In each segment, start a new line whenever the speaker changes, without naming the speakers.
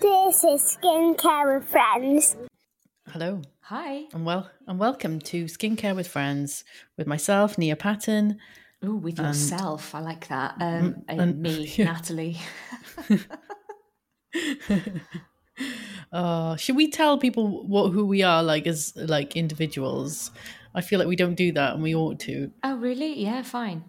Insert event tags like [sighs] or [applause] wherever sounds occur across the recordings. This is Skincare with Friends.
Hello
Hi.
and well and welcome to Skincare with Friends with myself, Nia Patton.
Oh, with
And- Mm,
yourself. I like that. Um, and,
and-
me,
[laughs] yeah.
Natalie.
Uh, should we tell people what who we are like as like individuals? I feel like we don't do that and we ought to.
Oh, really? Yeah, fine.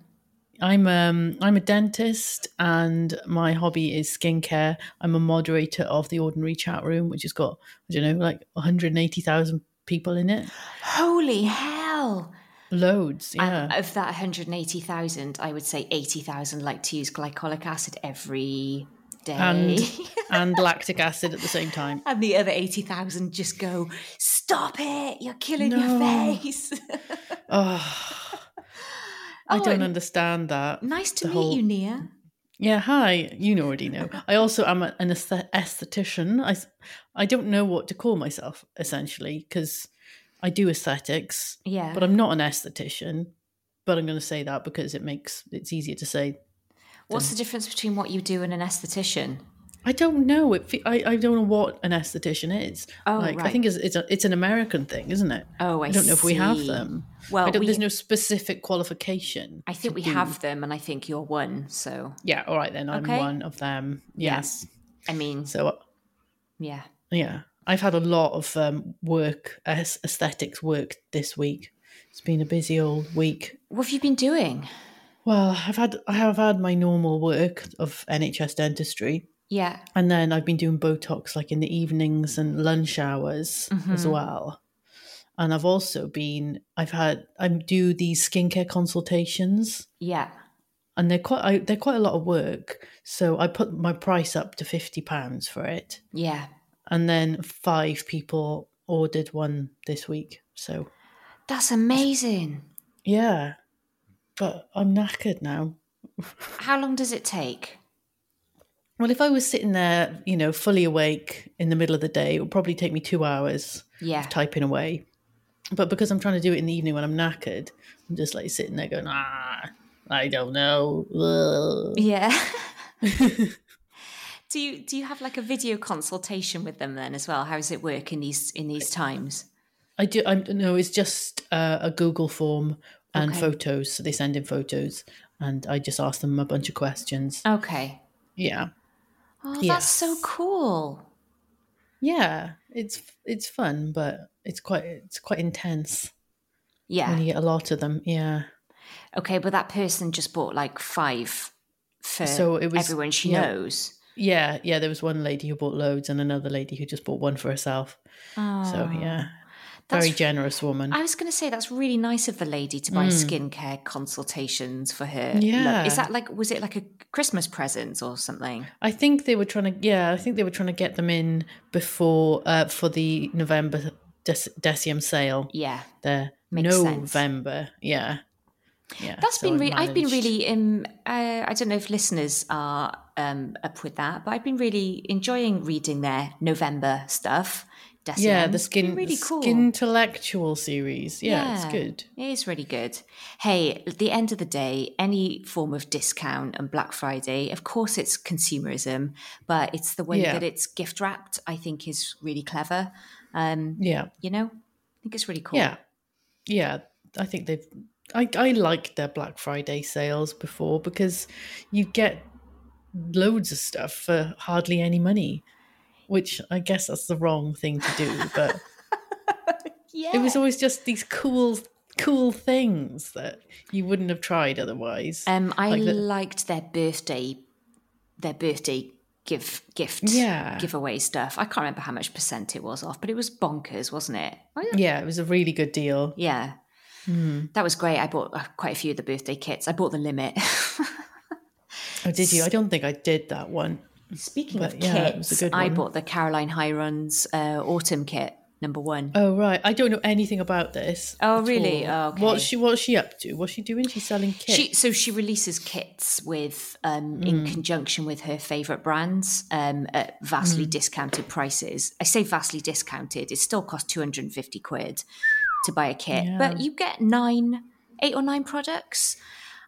I'm um I'm a dentist and my hobby is skincare. I'm a moderator of the Ordinary Chat Room, which has got I don't know like 180,000 people in it.
Holy hell.
Loads, yeah.
And of that 180,000, I would say 80,000 like to use glycolic acid every day.
And-
[laughs] And,
and lactic acid at the same time.
the other 80,000 just go, stop it. You're killing
No.
your face.
Oh, I
[laughs] Oh,
don't
and-
understand that.
nice to
The
meet
whole-
you, Nia.
Yeah, hi. You already know. I also am a- an aesthet- esthetician. I, s- I don't know what to call myself essentially because I do aesthetics,
Yeah.
but I'm not an esthetician. But I'm going to say that because it makes it's easier to say.
What's
um,
the difference between what you do and an esthetician?
I don't know. It, fe- I I don't know what an esthetician is.
Oh,
like, I
right.
think it's it's, a, it's an American thing, isn't it?
Oh, I
I don't know if we have
see.
them.
Well,
I don't,
we-
there's no specific qualification.
I think
to
we
do-
have them, and I think you're one. So,
Yeah. All right then. I'm
Okay.
one of them. Yes.
I mean,
So
yeah.
yeah i've had a lot of um, work aes- aesthetics work this week it's been a busy old week
What have you been doing?
well i've had i have had my normal work of nhs dentistry
Yeah.
and then i've been doing botox like in the evenings and lunch hours as
Mhm.
well and i've also been i've had i do these skincare consultations
Yeah.
and they're quite I, they're quite a lot of work so i put my price up to 50 pounds for it
Yeah.
and then five people ordered one this week. So
That's amazing.
yeah, but I'm knackered now.
How long does it take?
Well, if I was sitting there, you know, fully awake in the middle of the day, it would probably take me two hours
Yeah.
typing away. But because I'm trying to do it in the evening when I'm knackered, I'm just like sitting there going, ah, I don't know. Ugh."
Yeah. [laughs]
[laughs]
do you do you have like a video consultation with them then as well? How does it work in these in these times?
I do. I no. It's just uh, a Google form and
Okay.
photos. So they send in photos, and I just ask them a bunch of questions.
Okay.
Yeah.
Oh,
Yes.
that's so cool.
Yeah, it's it's fun, but it's quite it's quite intense when
Yeah.
you get a lot of them. Yeah,
Okay, but that person just bought like five for
So it was-
everyone she
yeah.
knows.
yeah, yeah. There was one lady who bought loads, and another lady who just bought one for herself.
Oh,
So yeah,
that's
very generous woman.
I was going to say that's really nice of the lady to buy skincare consultations for her. lo-
Mm. Yeah.
is that like was it like a Christmas present or something?
I think they were trying to yeah, I think they were trying to get them in before uh, for the November dec- Decium sale.
Yeah,
There,
Makes sense.
November. Yeah, yeah.
that's
so
been.
I
Re- I've been
managed-
really. Um, uh, I don't know if listeners are um, up with that, but I've been really enjoying reading their November stuff. Decium.
yeah the
It's been
skin
really cool.
skin intellectual series. yeah, it's good.
It is really good. Hey, at the end of the day, any form of discount and Black Friday, of course, it's consumerism, but it's the way
Yeah.
that it's gift wrapped. I think is really clever. Um,
Yeah.
you know, I think it's really cool.
Yeah. Yeah. I think they've I, I liked their Black Friday sales before because you get loads of stuff for hardly any money. Which I guess that's the wrong thing to do, but
[laughs] yeah.
it was always just these cool cool things that you wouldn't have tried otherwise.
Um, I
like the-
liked their birthday, their birthday give gift
Yeah.
giveaway stuff. I can't remember how much percent it was off, but it was bonkers, wasn't it?
Oh, yeah, Hmm. it was a really good deal.
Yeah. [laughs] That was great. I bought uh, quite a few of the birthday kits. I bought the limit.
Oh, did you? I don't think I did that one.
Speaking
But
of
yeah, it was a
kits,
good
I
one.
bought the Caroline Hirons uh, autumn kit number one.
Oh right, I don't know anything about this.
Oh,
at
really?
all.
Oh, okay.
What's she What's she up to? What's she doing? She's selling kits.
She, so she releases kits with um, in conjunction with her favorite brands um, at vastly discounted prices. I say vastly discounted; it still costs two hundred and fifty quid to buy a kit, but you get nine, eight or nine products,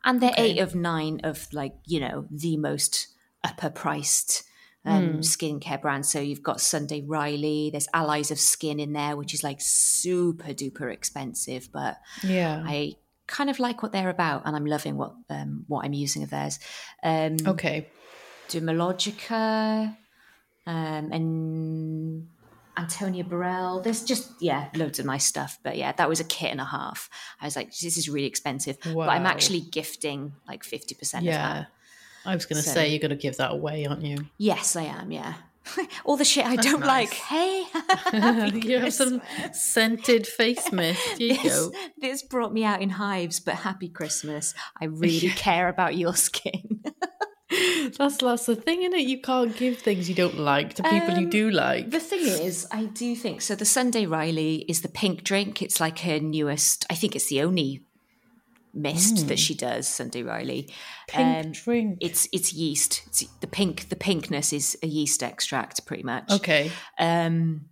and they're eight of nine of like you know the most upper priced. Um, skincare brands. So you've got Sunday Riley, there's Allies of Skin in there, which is like super duper expensive, but
yeah.
I kind of like what they're about, and I'm loving what um, what I'm using of theirs. Um,
okay.
Dumologica um, and Antonia Burrell. There's just yeah, loads of nice stuff. But yeah, that was a kit and a half. I was like, this is really expensive, but I'm
Wow.
actually gifting like fifty percent of
Yeah.
that.
I was going to
So-
say you're going to give that away, aren't
[laughs]
you?
Yes, I am. Yeah. [laughs] All the shit I don't like. Hey,
[laughs]
[laughs]
you have some scented face mist. Here you
this,
go.
this brought me out in hives, but happy Christmas.
[laughs]
I really care about your skin.
That's that's the thing, isn't it? You can't give things you don't like to people you
Um,
do like.
The thing is, I do think so. The Sunday Riley is the pink drink. It's like her newest. I think it's the only mist that she does. Sunday Riley.
Hmm. Pink
um,
drink.
It's it's yeast. It's the pink. The pinkness is a yeast extract, pretty much.
okay.
Um,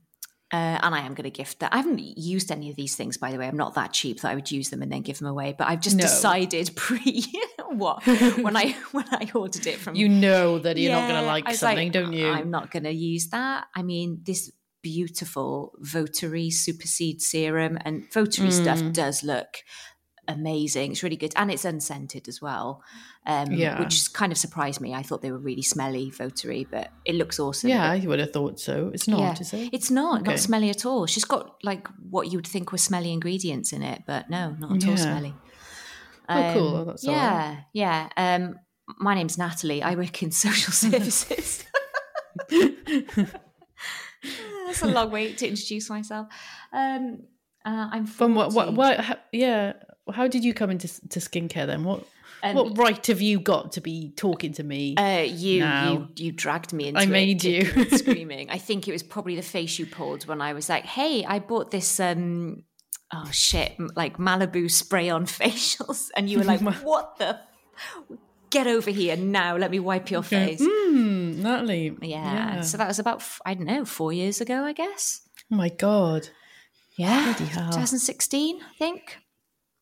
uh, and I am going to gift that. I haven't used any of these things, by the way. I'm not that cheap that I would use them and then give them away. But I've just
No.
decided [laughs] pre what when I [laughs] when I ordered it from
You know that you're not going to
um, yeah, I
like
was
something, don't you?
I'm not going to use that. I mean, this beautiful Votary Supersede Serum and Votary
Mm.
stuff does look amazing. It's really good. And it's unscented as well, um,
Yeah.
which kind of surprised me. I thought they were really smelly, Votary, but it looks awesome.
yeah,
But-
you would have thought so. It's not,
yeah.
is it?
It's not,
Okay.
not smelly at all. She's got like what you would think were smelly ingredients in it, but no, not at all
Yeah.
smelly. Um,
Oh, cool. Oh, that's all
yeah, yeah. Um, my name's Natalie. I work in [laughs]
[laughs]
social services. That's a long way to introduce myself. Um, uh, I'm
From what? What?
40.
what how, yeah. How did you come into s- to skincare then? What?
Um,
what right have you got to be talking to me?
Uh, you,
No.
you you dragged me into
I
it,
made you.
kicking
[laughs]
and screaming. I think it was probably the face you pulled when I was like, "Hey, I bought this um oh shit, m- like Malibu spray on [laughs] facials." And you
[laughs]
were like, "What the f- Get over here now. Let me wipe your face."
Hmm, Natalie.
Yeah. So that was about f- I don't know, 4 years ago, I guess.
oh my god.
Yeah.
Bloody hell.
2016, I think.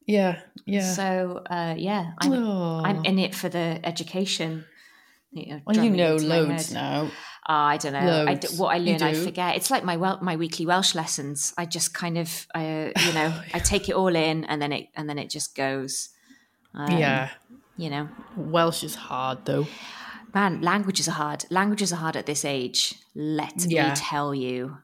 Yeah. Yeah.
So, uh yeah, I'm
Oh.
I'm in it for the education. You know,
well,
drug
you
me
know
into my
loads
head.
now.
Oh, I don't know. I d-
Loads.
what I
You
learn, I
do.
forget. It's like my wel- my weekly Welsh lessons. I just kind of, I, you
[laughs]
know,
Oh,
I take it all in, and then it and then it just goes. Um,
yeah.
you know,
Welsh is hard though.
man, languages are hard. Languages are hard at this age. Let
Yeah.
me tell you,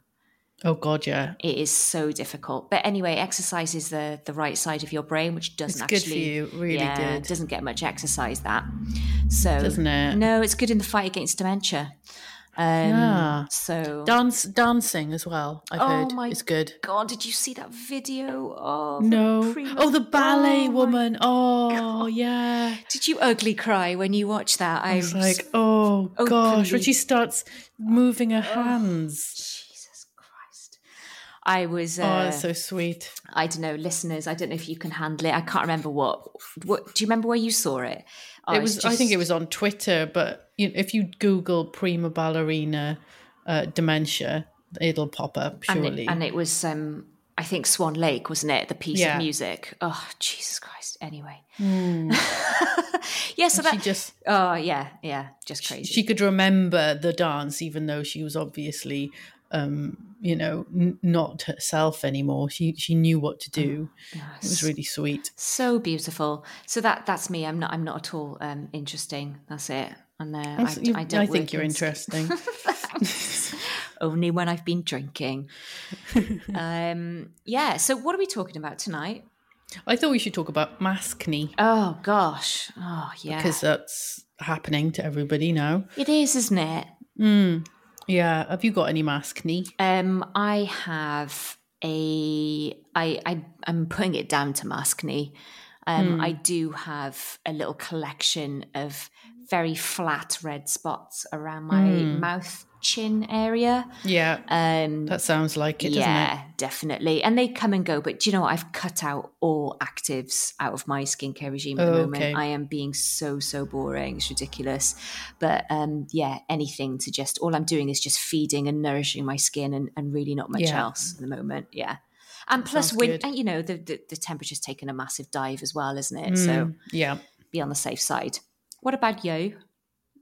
Oh god, yeah.
it is so difficult. But anyway, exercise is the the right side of your brain, which doesn't
It's
actually
good for you, really
yeah,
good.
doesn't get much exercise that. So
Doesn't it?
No, it's good in the fight against dementia. Um,
Yeah.
So
Ah. Dance dancing as well. I've
Oh
heard
my
it's good.
God, did you see that video of
No.
Prima-
Oh, the ballet
Oh my-
woman. Oh, yeah.
Did you ugly cry when you watched that? I
It's like, oh gosh, when
openly-
she starts moving her hands.
Jesus Christ. I was. Uh,
Oh, that's so sweet.
I don't know, listeners. I don't know if you can handle it. I can't remember what. What do you remember where you saw it? Oh,
it
it's
was. I think it
just-
was on Twitter, but you know, if you Google prima ballerina uh, dementia, it'll pop up
And
surely.
it, and it was. Um, I think Swan Lake wasn't it? The piece
Yeah. Hmm.
of music. Oh Jesus Christ! Anyway. [laughs] yeah. So
she
that.
just
oh yeah, yeah. Just crazy.
she could remember the dance, even though she was obviously, um, you know, n- not herself anymore. She she knew what to do.
Mm.
It was really sweet.
so beautiful so that that's me i'm not i'm not at all um interesting that's it and uh, I,
You-
I don't
think
work
you're
in- [laughs]
interesting. [laughs]
only when i've been drinking um yeah so what are we talking about tonight
I thought we should talk about maskne.
oh gosh oh yeah
because that's happening to everybody now. Mm.
it is isn't it
Yeah, have you got any mask knee?
um i have a i i i'm putting it down to maskne um i do have a little collection of very flat red spots around my mouth chin area.
Yeah.
Um,
That sounds like it,
yeah, definitely. And they come and go, but do you know what? I've cut out all actives out of my skincare regime at the
Oh,
moment.
okay.
I am being so, so boring. It's ridiculous. But um, yeah, anything to just, all I'm doing is just feeding and nourishing my skin and, and really not much
Yeah.
else at the moment. Yeah. And plus,
sounds
win-
good.
and, you know, the, the, the temperature's taken a massive dive as well, isn't it?
isn't it?
So
Mm, yeah.
be on the safe side. What about you?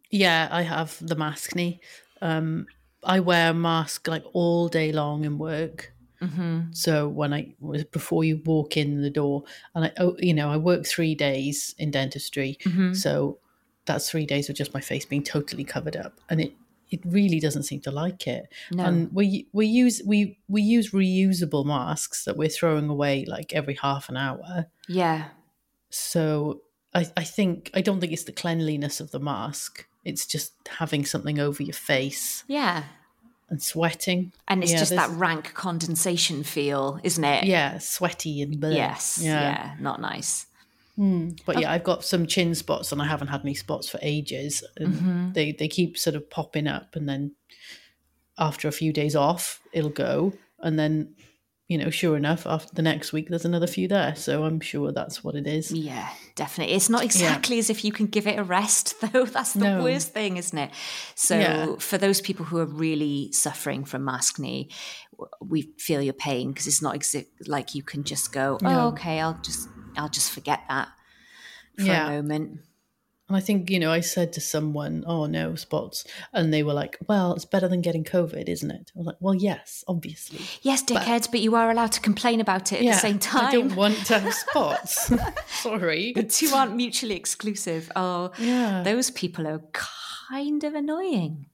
Yeah, I have the mask knee. Um, I wear a mask like all day long in work.
Mm-hmm.
So when I was before you walk in the door, and I, oh, you know, I work three days in dentistry,
Mm-hmm.
so that's three days of just my face being totally covered up, and it it really doesn't seem to like it.
No.
And we we use we we use reusable masks that we're throwing away like every half an hour.
yeah.
So I, I think I don't think it's the cleanliness of the mask. It's just having something over your face
Yeah.
and sweating.
And it's
Yeah,
just
there's-
that rank condensation feel, isn't it?
Yeah, sweaty and bleh.
Eh. Yes. Yeah. Not nice. Hmm.
But yeah, I've got some chin spots and I haven't had any spots for ages. And
Mm-hmm.
they, they keep sort of popping up and then after a few days off, it'll go. And then, you know, sure enough, after the next week there's another few there. So I'm sure that's what it is.
Yeah, definitely. It's not exactly as if you can give it a rest, [laughs] though. That's the
No.
worst thing, isn't it? So,
Yeah.
for those people who are really suffering from mask knee, w- we feel your pain because it's not exi- like you can just go, "Oh,
No.
okay, I'll just, I'll just forget that for
Yeah.
a moment."
And I think, you know, I said to someone, oh no, spots. And they were like, well, it's better than getting COVID, isn't it? I was like, well, yes, obviously.
Yes, dickhead, but, you are allowed to complain about it at the same time.
[laughs] I don't want to
[laughs]
have spots. [laughs] Sorry.
the two aren't mutually exclusive. Oh,
Yeah.
those people are kind of annoying.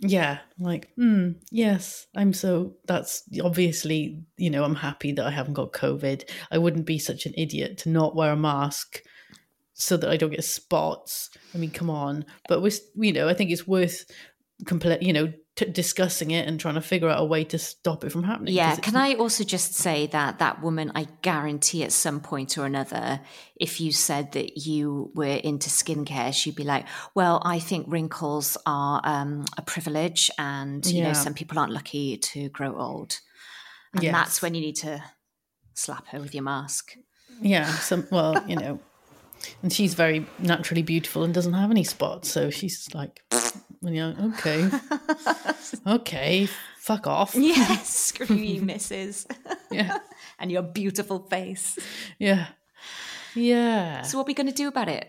Yeah, like, mm, yes, I'm so. That's obviously, you know, I'm happy that I haven't got COVID. I wouldn't be such an idiot to not wear a mask so that I don't get spots. I mean, come on. But we, you know, I think it's worth, compl- you know, t- discussing it and trying to figure out a way to stop it from happening. 'cause
Yeah.
it's-
Can I also just say that that woman, I guarantee at some point or another, if you said that you were into skincare, she'd be like, well, I think wrinkles are um, a privilege and, you know,
Yeah.
some people aren't lucky to grow old. And
Yes.
that's when you need to slap her with
[laughs]
your mask.
Yeah. Some. Well, you know, and she's very naturally beautiful and doesn't have any spots, so she's like, you know,
[laughs]
okay, okay, fuck off.
Yes. [laughs] Screw you, missus.
Yeah.
and your beautiful face.
Yeah. Yeah.
So, what are we going to do about it?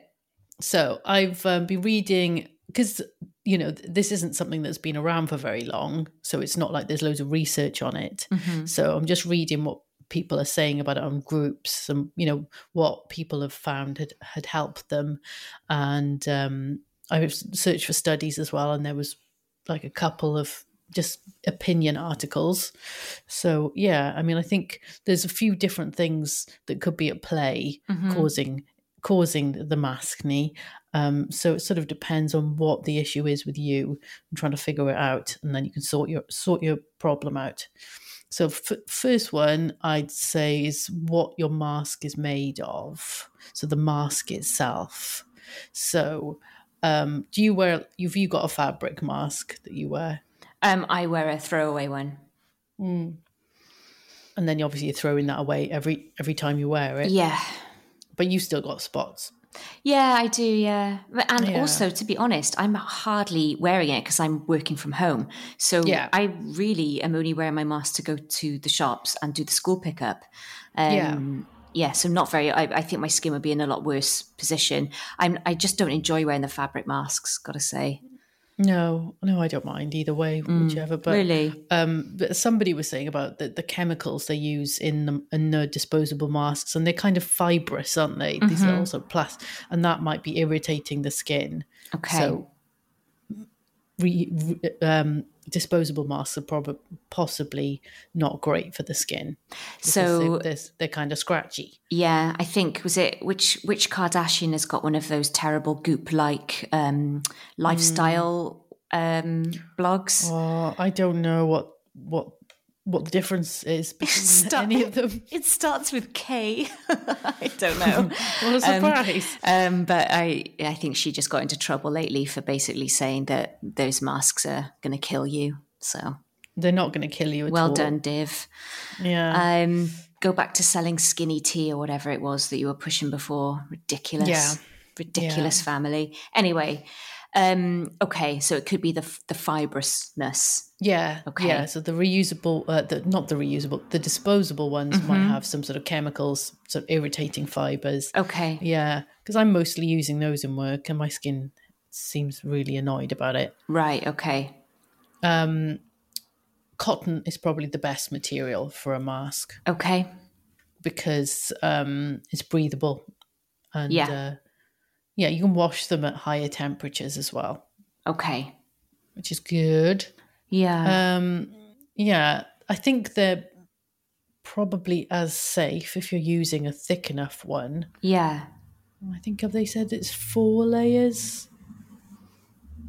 So I've um, been reading because you know th- this isn't something that's been around for very long, so it's not like there's loads of research on it. So I'm just reading what people are saying about it on groups, and you know what people have found had had helped them, and um, I was- searched for studies as well, and there was like a couple of just opinion articles. So yeah, I mean, I think there's a few different things that could be at play causing causing the mask knee. Um, so it sort of depends on what the issue is with you and trying to figure it out, and then you can sort your sort your problem out. So f- first one I'd say is what your mask is made of. So the mask itself. So um, do you wear? Have you got a fabric mask that you wear?
Um, I wear a throwaway one.
And then obviously you're throwing that away every every time you wear it.
Yeah.
But you still got spots.
Yeah, I do. Yeah. But- And
Yeah.
also, to be honest, I'm hardly wearing it because I'm working from home. So
Yeah.
I really am only wearing my mask to go to the shops and do the school pickup. Um, yeah. So not very, I, I think my skin would be in a lot worse position. I'm, I just don't enjoy wearing the fabric masks, gotta say.
No, no, I don't mind either way, whichever. But
really?
um, but somebody was saying about the, the chemicals they use in the in the disposable masks, and they're kind of fibrous, aren't they? These
Mm-hmm.
are also plastic, and that might be irritating the skin.
Okay.
So, re, re- um, disposable masks are probably possibly not great for the skin. because
So-
they- they're, they're kind of scratchy.
Yeah, I think was it which which Kardashian has got one of those terrible goop like um,
Mm.
lifestyle um, blogs.
Uh, Oh, I don't know what what what the difference
[laughs]
is between
Stop.
any of
[laughs]
them.
It starts with K. [laughs] I
[laughs]
don't know.
What a surprise.
Um, but I, I think she just got into trouble lately for basically saying that those masks are going to kill you. So
They're not going to kill you at
well
all.
done, Div.
Yeah.
Um, go back to selling skinny tea or whatever it was that you were pushing before. Ridiculous.
Yeah.
Ridiculous family. Anyway, um, okay, so it could be the f- the fibrousness.
yeah.
okay.
Yeah. So the reusable, uh, the, not the reusable, the disposable ones might
Mm-hmm.
have some sort of chemicals, sort of irritating fibers.
Okay.
Yeah. Because I'm mostly using those in work and my skin seems really annoyed about it.
Right, okay.
Um, cotton is probably the best material for a mask.
Okay.
because um, it's breathable and
Yeah.
uh, yeah you can wash them at higher temperatures as well
Okay.
which is good
Yeah.
um, yeah i think they're probably as safe if you're using a thick enough one
yeah.
i think have they said it's four layers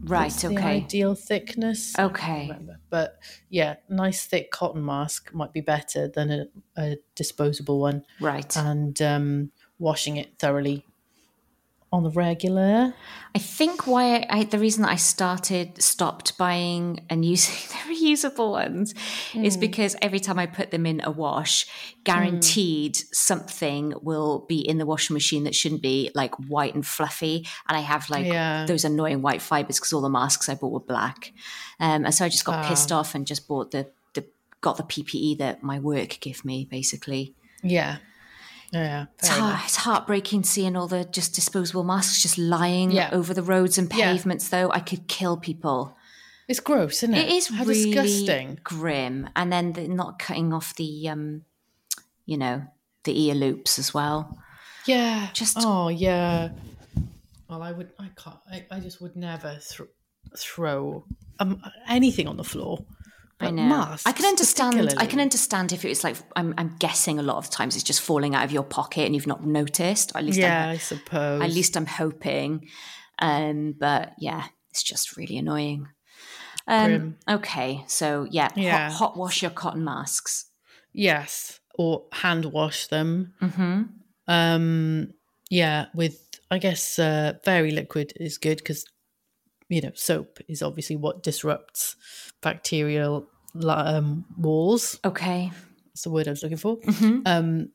Right,
the
okay. Oh.
ideal thickness I can't
Okay.
remember. but yeah nice thick cotton mask might be better than a, a disposable one
Right.
and um, washing it thoroughly on the regular.
I think why I, I the reason that I started stopped buying and [laughs] using the reusable ones is because every time I put them in a wash, guaranteed something will be in the washing machine that shouldn't be like white and fluffy, and I have like
Yeah.
those annoying white fibers because all the masks I bought were black, um, and so I just got pissed off and just bought the the got the PPE that my work gave me basically.
Yeah. Yeah.
It's,
fair enough.
heart- it's heartbreaking seeing all the just disposable masks just lying
Yeah.
over the roads and
Yeah.
pavements, though. I could kill people.
It's gross, isn't it?
It is
How
really
disgusting.
grim. And then the, not cutting off the, um, you know, the ear loops as well.
Yeah.
Just-
Oh yeah. Well, I would. I can't. I, I just would never thro- throw um, anything on the floor.
I
But
know.
Masks,
I can understand. I can
particularly.
understand if it's like I'm, I'm guessing a lot of times it's just falling out of your pocket and you've not noticed. At least,
Yeah,
I'm,
I suppose.
at least I'm hoping. Um, but yeah, it's just really annoying. Um,
Grim.
okay, so yeah, hot-
Yeah.
Hot, wash your cotton masks.
Yes, or hand wash them.
hmm
Um, yeah, with I guess uh, very liquid is good because you know soap is obviously what disrupts bacterial li- um, walls.
Okay.
That's the word I was looking for.
Mhm.
Um,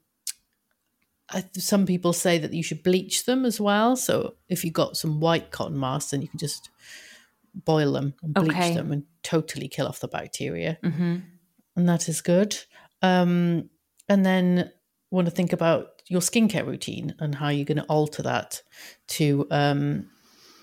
I, some people say that you should bleach them as well. So if you got some white cotton masks, then you can just boil them and bleach
Okay.
them and totally kill off the bacteria
hmm
and that is good. Um, and then want to think about your skincare routine and how you're going to alter that to um,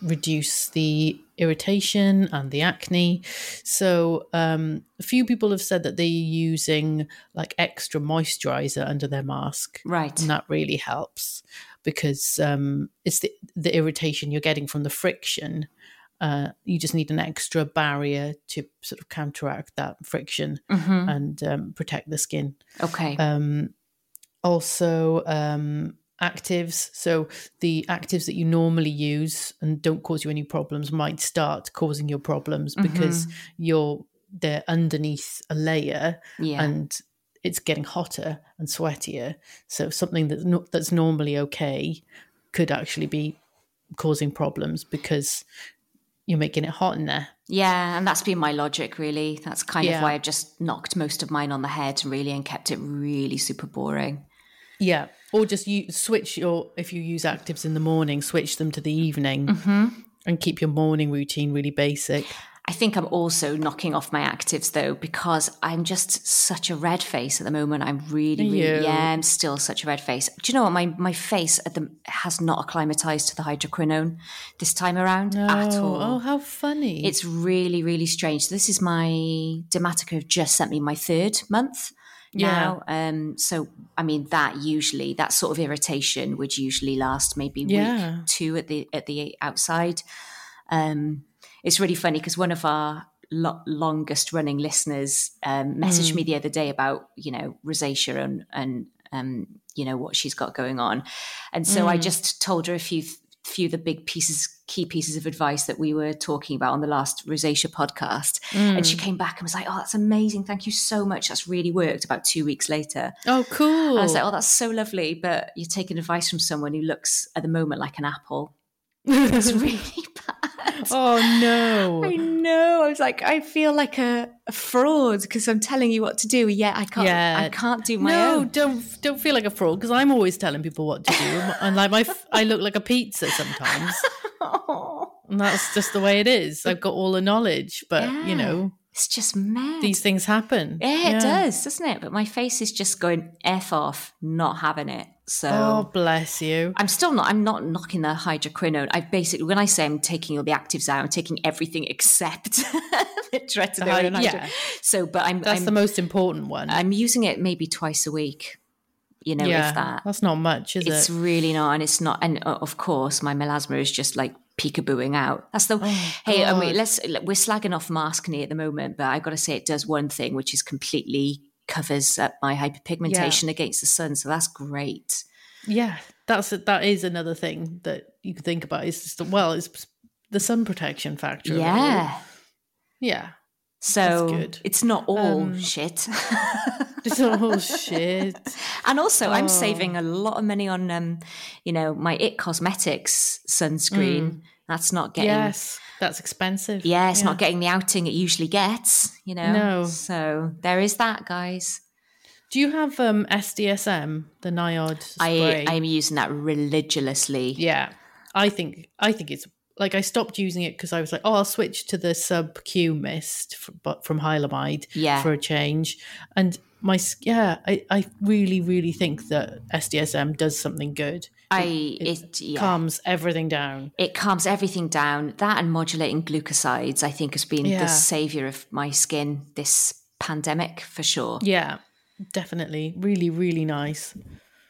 reduce the irritation and the acne. So um, a few people have said that they're using like extra moisturizer under their mask.
Right.
And that really helps because um, it's the, the irritation you're getting from the friction. Uh, you just need an extra barrier to sort of counteract that friction
hmm
and um, protect the skin.
Okay.
Um, also, um, actives. So, the actives that you normally use and don't cause you any problems might start causing your problems because you're they're underneath a layer
yeah.
and it's getting hotter and sweatier. So, something that's no, that's normally okay could actually be causing problems because you're making it hot in there.
yeah. And that's been my logic, really. That's kind of
Yeah.
why I've just knocked most of mine on the head, really, and kept it really super boring.
Yeah, or just you switch your if you use actives in the morning, switch them to the evening,
Mm-hmm.
and keep your morning routine really basic.
I think I'm also knocking off my actives though because I'm just such a red face at the moment. I'm really, really
you?
yeah, I'm still such a red face. Do you know what my my face at the has not acclimatized to the hydroquinone this time around at
Oh,
all.
oh, how funny!
It's really, really strange. This is my Dermatico have just sent me my third month
Yeah.
now. Um, so I mean that usually that sort of irritation would usually last maybe
Yeah.
week two at the at the outside. Um, it's really funny because one of our lo- longest running listeners um, messaged me the other day about you know rosacea and and um, you know what she's got going on, and so I just told her a few. th- few of the big pieces, key pieces of advice that we were talking about on the last rosacea podcast. And she came back and was like, "Oh, that's amazing! Thank you so much. That's really worked." About two weeks later,
Oh, cool.
I was like, "Oh, that's so lovely," but you're taking advice from someone who looks at the moment like
[laughs]
an apple. It's really bad.
oh no.
I know. I was like, I feel like a, a fraud because I'm telling you what to do, yet I can't. I
Yeah.
can't do my
no,
own.
don't don't feel like a fraud because I'm always telling people what to do, and- and like my f- I look like a pizza
[laughs]
sometimes, [laughs] and that's just the way it is. I've got all the knowledge, but
Yeah.
you know
It's just mad.
these things happen.
yeah, it does, doesn't it? But my face is just going f off, not having it. So
Oh, bless you.
I'm still not. I'm not knocking the hydroquinone. I basically, when I say I'm taking all the actives out, I'm taking everything [laughs] except the
The
tretinoin.
hy-
and hydro-
yeah,
So, but I'm
that's
I'm,
the most important one.
I'm using it maybe twice a week. You know,
yeah,
if that.
that's not much, is
It's
it?
really not, and it's not. And uh, of course, my melasma is just like peekabooing out. That's the hey. I mean,
Oh, God.
let's we're slagging off maskne at the moment, but I've got to say it does one thing, which is completely covers up my hyperpigmentation against the sun. So that's great.
Yeah, that's that is another thing that you could think about. Is just the- well, it's the sun protection factor. of it all.
Yeah.
yeah.
So
good.
it's not all
Um,
shit.
[laughs]
[laughs]
It's all oh, shit.
and also, I'm
Oh.
saving a lot of money on, um, you know, my It Cosmetics sunscreen.
Mm.
That's not getting.
Yes, that's expensive.
Yeah, it's
Yeah.
not getting the outing it usually gets, you know.
No.
So there is that, guys.
Do you have um SDSM, the NIOD
I
spray?
I'm using that religiously.
yeah, I think I think it's like I stopped using it because I was like, oh, I'll switch to the sub Q mist, f- but from Hylamide
Yeah.
for a change. And my s- yeah, I I really really think that SDSM does something good.
I it yeah.
Calms everything down.
it calms everything down. That and modulating glucosides, I think, has been
Yeah.
the savior of my skin this pandemic for sure.
Yeah, definitely. Really really nice.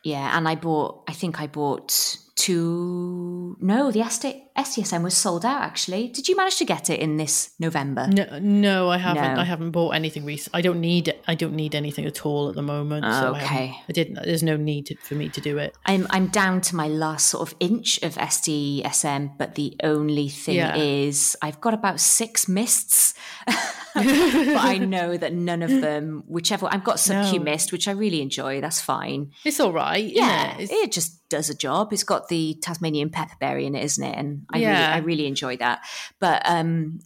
Yeah, and I bought. I think I bought two. No, the ST, STSM was sold out. Actually, did you manage to get it in this November?
No, no, I haven't.
No.
I haven't bought anything recent. I don't need. I don't need anything at all at the moment. so I haven't-
Okay.
I didn't. There's no need to, for me to do it.
I'm I'm down to my last sort of inch of SDSM, but the only thing
Yeah.
is I've got about six mists. [laughs] but I know that none of them, whichever I've got sub Q
No.
mist, which I really enjoy, that's fine.
It's all right.
Yeah,
Yeah. It's,
it just does a job. It's got the Tasmanian pepperberry in it, isn't it? And I
Yeah.
really, I really enjoy that. But um,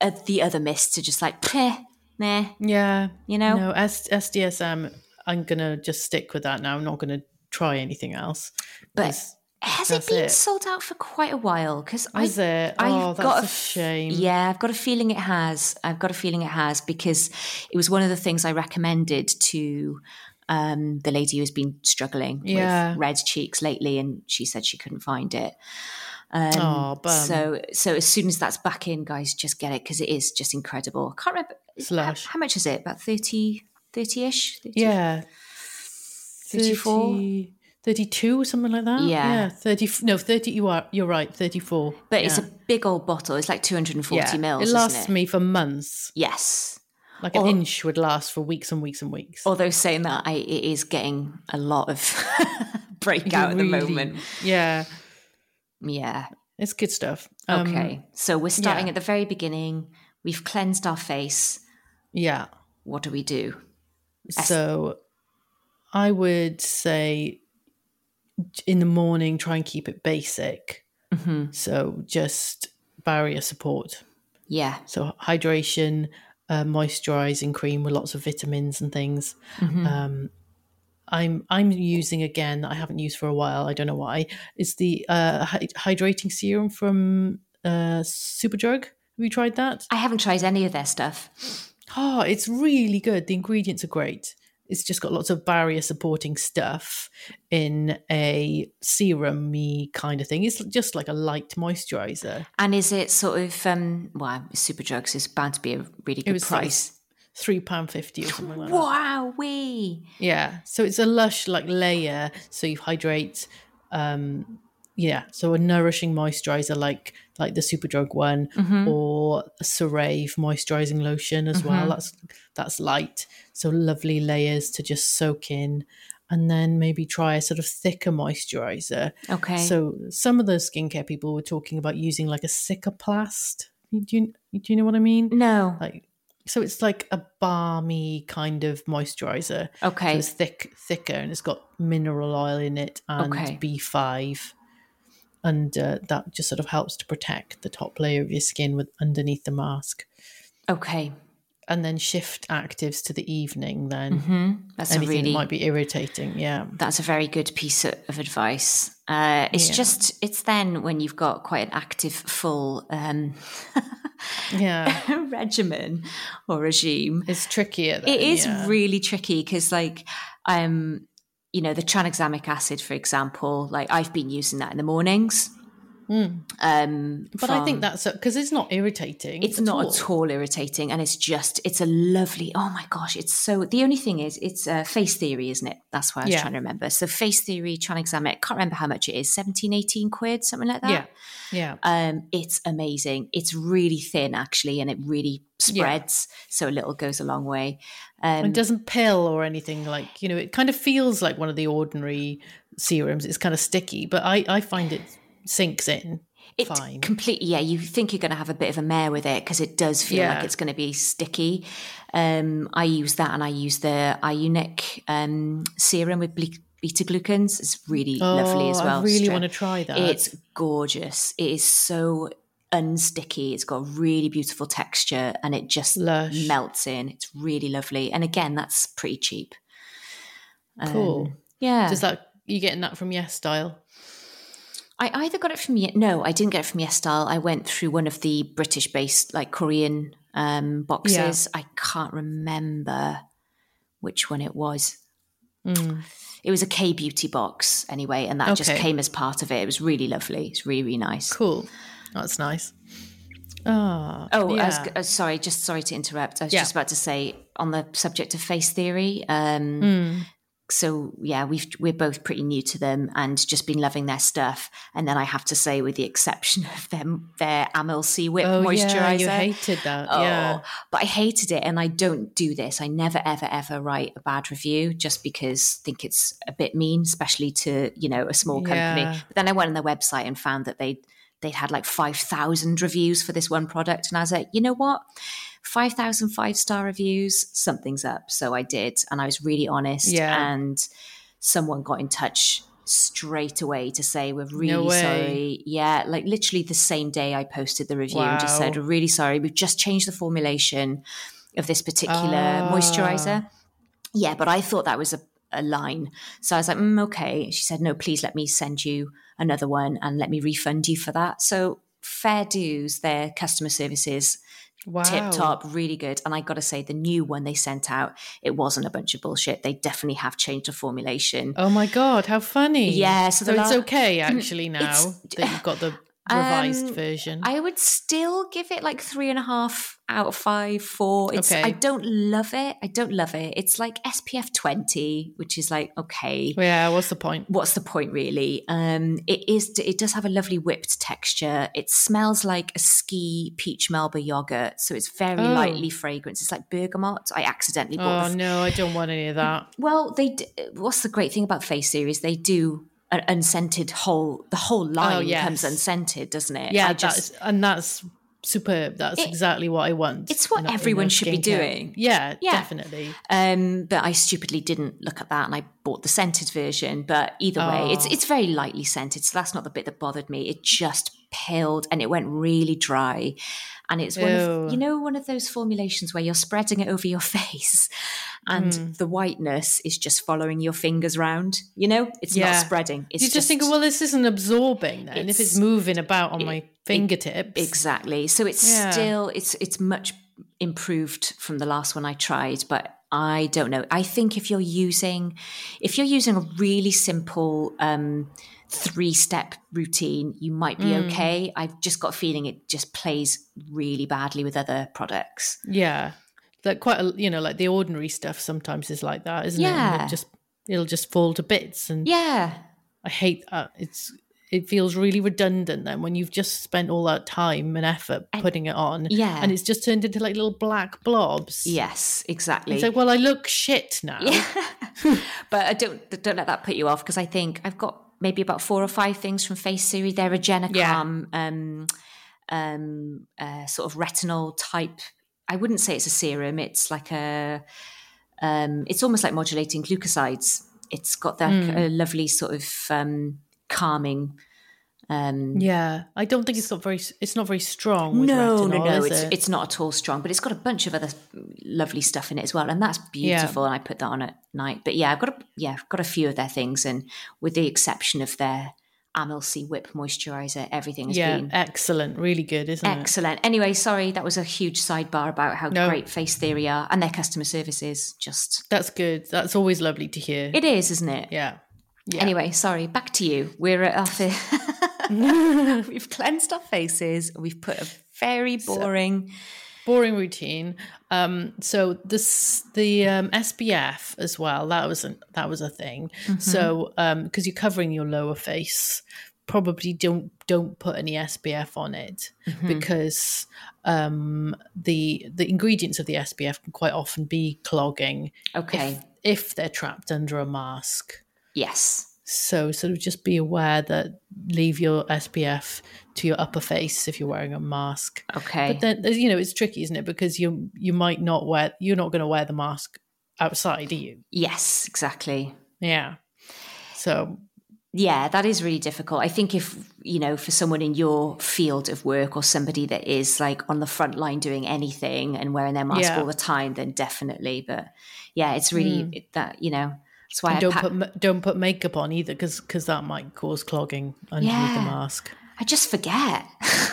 uh, the other mists are just like, "Pleh, nah,
yeah.
you know.
No, S, SDSM, I'm going to just stick with that now. I'm not going to try anything else.
But
It's-
has
that's
it been
it.
sold out for quite a while? Because I
Is it? Oh, that's a
f-
shame.
Yeah, I've got a feeling it has. I've got a feeling it has because it was one of the things I recommended to um, the lady who's been struggling
Yeah.
with red cheeks lately, and she said she couldn't find it. Um,
Aw, bum.
so so as soon as that's back in, guys, just get it because it is just incredible. I can't remember is- how,
Slash.
how much is it? About 30 30-ish? 30
yeah.
34?
30 32 something like that.
Yeah.
30 no, 30 you are you're right, 34.
But it's a
Yeah.
big old bottle. It's like 240
Yeah.
mils.
It
isn't
lasts
it?
me for months.
Yes.
Like an
Or-
inch would last for weeks and weeks and weeks.
Although saying that, I, it is getting a lot of [laughs] breakout
Really-
at the moment.
Yeah.
Yeah.
It's good stuff. Um,
Okay. so we're starting
yeah.
at the very beginning. We've cleansed our face.
Yeah.
What do we do?
So I would say in the morning, try and keep it basic. So just barrier support.
Yeah.
So hydration, uh, moisturizing cream with lots of vitamins and things. Um, I'm I'm using again that I haven't used for a while. I don't know why. It's the uh, hy- hydrating serum from uh, Superdrug. Have you tried that?
I haven't tried any of their stuff.
Oh, it's really good. The ingredients are great. It's just got lots of barrier supporting stuff in a serum y kind of thing. It's just like a light moisturizer.
And is it sort of, um, well, Superdrugs is bound to be a really
It
good
was sort of
price.
Three pound fifty or something like that.
Wow, we.
Yeah. So it's a lush like layer. So you hydrate, um, yeah, so a nourishing moisturizer like like the Superdrug one,
Mm-hmm.
or a Cerave moisturizing lotion as well. That's that's light, so lovely layers to just soak in, and then maybe try a sort of thicker moisturizer.
Mm-hmm. Okay.
So some of those skincare people were talking about using like a Cicaplast. Do you do you know what I
Mm.
mean?
no.
Like so, it's like a balmy kind of moisturizer. So
Okay.
it's thick, thicker, and it's got mineral oil in it and
Okay.
B5. And uh, that just sort of helps to protect the top layer of your skin with underneath the mask.
Okay.
And then shift actives to the evening. Then
hmm That's
anything
a
that
really
might be irritating, yeah.
that's a very good piece o- of advice. Uh, it's
Yeah.
just it's then when you've got quite an active, full um, [laughs]
Yeah,
regimen or regime.
it's trickier. Then,
It is
yeah.
really tricky because, like, um, you know, the tranexamic acid, for example. Like, I've been using that in the mornings.
Mm.
Um,
But I think
from-
that's because it's not irritating.
it's not at all irritating, and it's just it's a lovely. Oh my gosh, it's so. The only thing is, it's uh, face theory, isn't it? That's what I was
Yeah.
trying to remember. So face theory, tranexamic. Can't remember how much it is. 17, 18 quid, something like that.
Yeah, yeah.
Um, it's amazing. It's really thin actually, and it really spreads. So a little goes a long way.
and
Um,
it doesn't pill or anything like you know it kind of feels like one of the ordinary serums it's kind of sticky but i i find it sinks in
It
fine.
completely, yeah. You think you're going to have a bit of a mare with it because it does feel
Yeah.
like it's going to be sticky. Um, I use that, and I use the Ionic um, serum with ble- beta glucans. It's really lovely as well.
Oh, i really
Stra-
want to try that
It's gorgeous. It is so unsticky. It's got a really beautiful texture, and it just
Lush.
melts in. It's really lovely. And again, that's pretty cheap. Um,
cool
Yeah.
does that you getting that from yes style
I either got it from Ye- no, I didn't get it from Yes Style. I went through one of the British-based like Korean um, boxes. I can't remember which one it was.
Mm.
It was a K beauty box anyway, and that just
Okay.
came as part of it. It was really lovely. It's really really nice.
cool that's nice ah
Oh, I was,
yeah.
g- uh, sorry, just sorry to interrupt. I was
Yeah.
just about to say on the subject of face theory. Um,
Mm.
so yeah, we've we're both pretty new to them and just been loving their stuff. And then I have to say, with the exception [laughs] of them, their Amyl C Whip
oh
moisturizer.
yeah you hated that
Oh,
yeah
but I hated it, and I don't do this. I never, ever, ever write a bad review just because I think it's a bit mean, especially to you know a small company.
Yeah.
But then I went on their website and found that they they'd had like five thousand reviews for this one product, and I was like, you know what, five thousand five star reviews, something's up. So I did, and I was really honest,
Yeah.
and someone got in touch straight away to say we're really
way.
sorry yeah like literally the same day i posted the review and just said
Wow.
we're really sorry we've just changed the formulation of this particular
Ah.
moisturizer yeah but i thought that was a, a line so i was like mm, okay she said no please let me send you another one and let me refund you for that so fair dues their customer services
wow
tip top really good and i gotta say the new one they sent out it wasn't a bunch of bullshit they definitely have changed the formulation
oh my god how funny
Yeah, so the
it's
la- [clears throat]
okay actually now
It's-
that you've got the revised
[sighs] Um,
version
I would still give it like three and a half out of five, four. It's
Okay.
I don't love it. I don't love it. It's like SPF twenty, which is like okay.
yeah what's the point
What's the point, really? Um, it is. It does have a lovely whipped texture. It smells like a ski peach Melba yogurt, so it's very
Oh.
lightly fragrance. It's like bergamot. I accidentally bought.
Oh
the,
no, I don't want any of that.
Well, they. D- what's the great thing about Face Series? They do an unscented whole. The whole line
Oh, yes.
comes unscented, doesn't it?
Yeah,
[laughs] I just
that's, and that's superb. That's
It-
exactly what I want.
it's what
in a- in a
everyone should be
skincare.
doing.
Yeah,
Yeah.
definitely.
Um, but I stupidly didn't look at that, and I bought the scented version. But either way, it's
Oh.
it's very lightly scented, so that's not the bit that bothered me. It just pilled, and it went really dry. And it's one of
Ew.
you know one of those formulations where you're spreading it over your [laughs] face, and
Hmm.
the whiteness is just following your fingers round. You know, it's
Yeah.
not spreading. It's
you just, think, well, this isn't absorbing then if it's
It's-
moving about on
it-
my fingertips.
Exactly. So it's
Yeah.
still it's it's much improved from the last one I tried, but I don't know. I think if you're using if you're using a really simple um three step routine, you might be
Mm.
okay. I've just got a feeling it just plays really badly with other products.
Yeah, like quite a, you know, like the ordinary stuff sometimes is like that, isn't it? And
Yeah.
Mm. it? Just it'll just fall to bits, and
Yeah.
I hate that. It's it feels really redundant then when you've just spent all that time and effort
And-
putting it on.
yeah.
And it's just turned into like little black blobs.
Yes, exactly.
It's like, well, I look shit now.
Yeah. [laughs] but I don't don't let that put you off because I think I've got maybe about four or five things from Face Suri. They're a Jenna
Yeah.
Calm, um, um, uh, sort of retinol type. I wouldn't say it's a serum. It's like a, um, it's almost like modulating glucosides. It's got that
Hmm.
a lovely sort of um, calming. Um,
Yeah. I don't think it's got very, it's not very strong. With
no,
retinol,
no, no,
is
it's
it?
it's not at all strong, but it's got a bunch of other lovely stuff in it as well, and that's beautiful. And I put that on at night. But yeah, I've got a, yeah, I've got a few of their things, and with the exception of their Amel C Whip moisturizer, everything has
yeah,
been
excellent. Really good, isn't it?
excellent. Anyway, sorry, that was a huge sidebar about how
No.
great Face Theory are and their customer service is just
That's good. That's always lovely to hear.
it is, isn't it?
yeah. Yeah.
Anyway, sorry, back to you. We're at
[laughs]
our fa- [laughs] we've cleansed our faces. We've put a very boring.
boring routine. Um, so this the um, SPF as well. That was an, that was a thing. So because you're covering your lower face, probably don't don't put any SPF on it because um, the the ingredients of the SPF can quite often be clogging
okay.
if they're trapped under a mask.
Yes.
So sort of just be aware that leave your SPF to your upper face if you're wearing a mask.
Okay.
But then there's- you know it's tricky, isn't it? Because you you might not wear you're not going to wear the mask outside, are you?
yes, exactly.
Yeah. So
Yeah, that is really difficult. I think if, you know, for someone in your field of work or somebody that is like on the front line doing anything and wearing their mask
Yeah. Hmm.
all the time, then definitely. But yeah, it's really it- that, you know, that's why I,
and don't
pa-
put ma- don't put makeup on either, because that might cause clogging underneath the
Yeah.
mask.
I just forget. [laughs]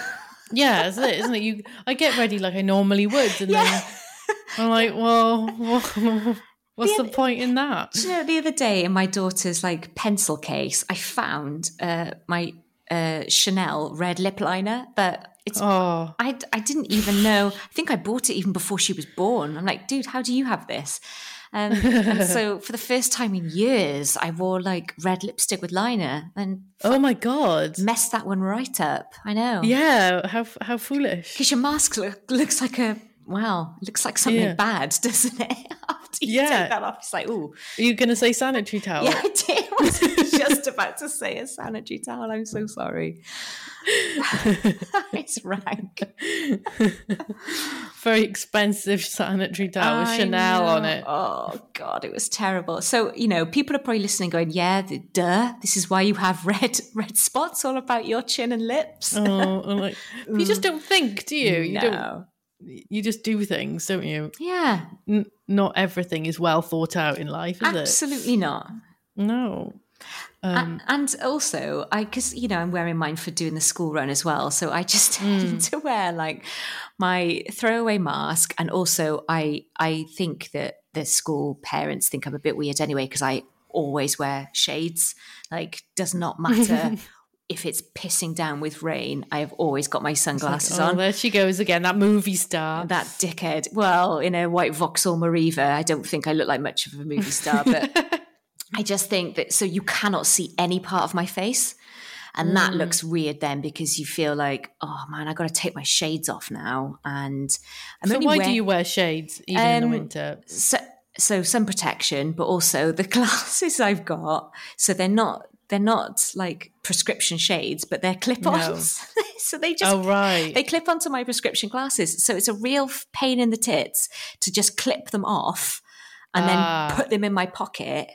Yeah, that's it, isn't it? You I get ready like I normally would, and then I'm like, well, what, what's the, point in that?
Do you know, the other day in my daughter's like pencil case, I found uh, my uh, Chanel red lip liner that it's
Oh,
I, I didn't even know. I think I bought it even before she was born. I'm like, dude, how do you have this? Um, and
[laughs]
so for the first time in years, I wore like red lipstick with liner and
oh my god.
messed that one right up. I know.
Yeah, how f- how foolish.
Because your mask look, looks like a, wow, looks like something
Yeah.
bad, [laughs] doesn't it? After you
Yeah. Oh.
take that off, it's like, ooh.
Are you going to say sanitary towel?
Yeah, I did. I was
[laughs]
just about to say a sanitary towel. I'm so sorry. [laughs] it's rank.
Very expensive sanitary towel with
I
Chanel on
know.
it.
Oh god, it was terrible. So you know, people are probably listening, going, "Yeah, the, duh, this is why you have [laughs] red red spots all about your chin and
[laughs]
lips."
oh, I'm like, you just don't think, do you? You don't.
No.
You just do things, don't you?
Yeah,
N- not everything is well thought out in life, is
absolutely not.
it? No.
A- and also, I because you know I'm wearing mine for doing the school run as well, so I just [laughs] tend to wear like my throwaway mask, and also I I think that the school parents think I'm a bit weird anyway because I always wear shades. Like, does not matter if it's pissing down with rain. I have always got my sunglasses
oh,
on.
there she goes again. That movie star.
Oh, That dickhead. Well, in a white Vauxhall Mariva, I don't think I look like much of a movie star,
[laughs]
but I just think that so you cannot see any part of my face. And that
Mm.
looks weird then because you feel like, oh man, I got to take my shades off now. And I'm
so
only
why
wear-
do you wear shades even in the
Um,
winter?
so, so some protection, but also the [laughs] glasses I've got. So they're not they're not like prescription shades, but they're clip-ons. [laughs] so they just
Oh right.
they clip onto my prescription glasses. So it's a real f- pain in the tits to just clip them off and
Ah.
then put them in my pocket.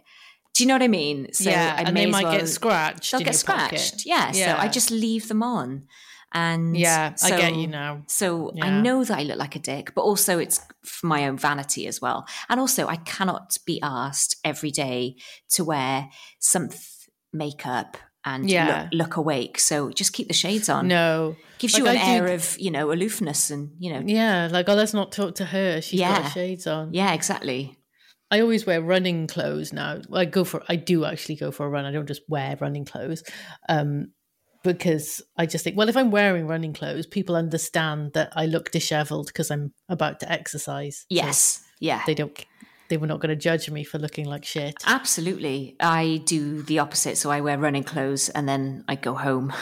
Do you know what I mean? So
yeah,
I
and
may
they
as
might
well,
get scratched.
They'll
in
get
your pocket.
scratched. Yeah, So I just leave them on. And
Yeah, I get
so-
you now.
So
Yeah.
I know that I look like a dick, but also it's for my own vanity as well. And also, I cannot be asked every day to wear some th- makeup and
Yeah.
look, look awake. So just keep the shades on
No.
gives
Like,
you an
I do-
air of you know aloofness and you know
Yeah,
yeah,
like oh, let's not talk to her. She's got
Yeah.
her shades on.
exactly
I always wear running clothes now. I go for I do actually go for a run. I don't just wear running clothes. Um because I just think, well, if I'm wearing running clothes, people understand that I look disheveled because I'm about to exercise. So
yes yeah
they don't they were not going to judge me for looking like [laughs] shit.
Absolutely. I do the opposite. So I wear running clothes and then I go home.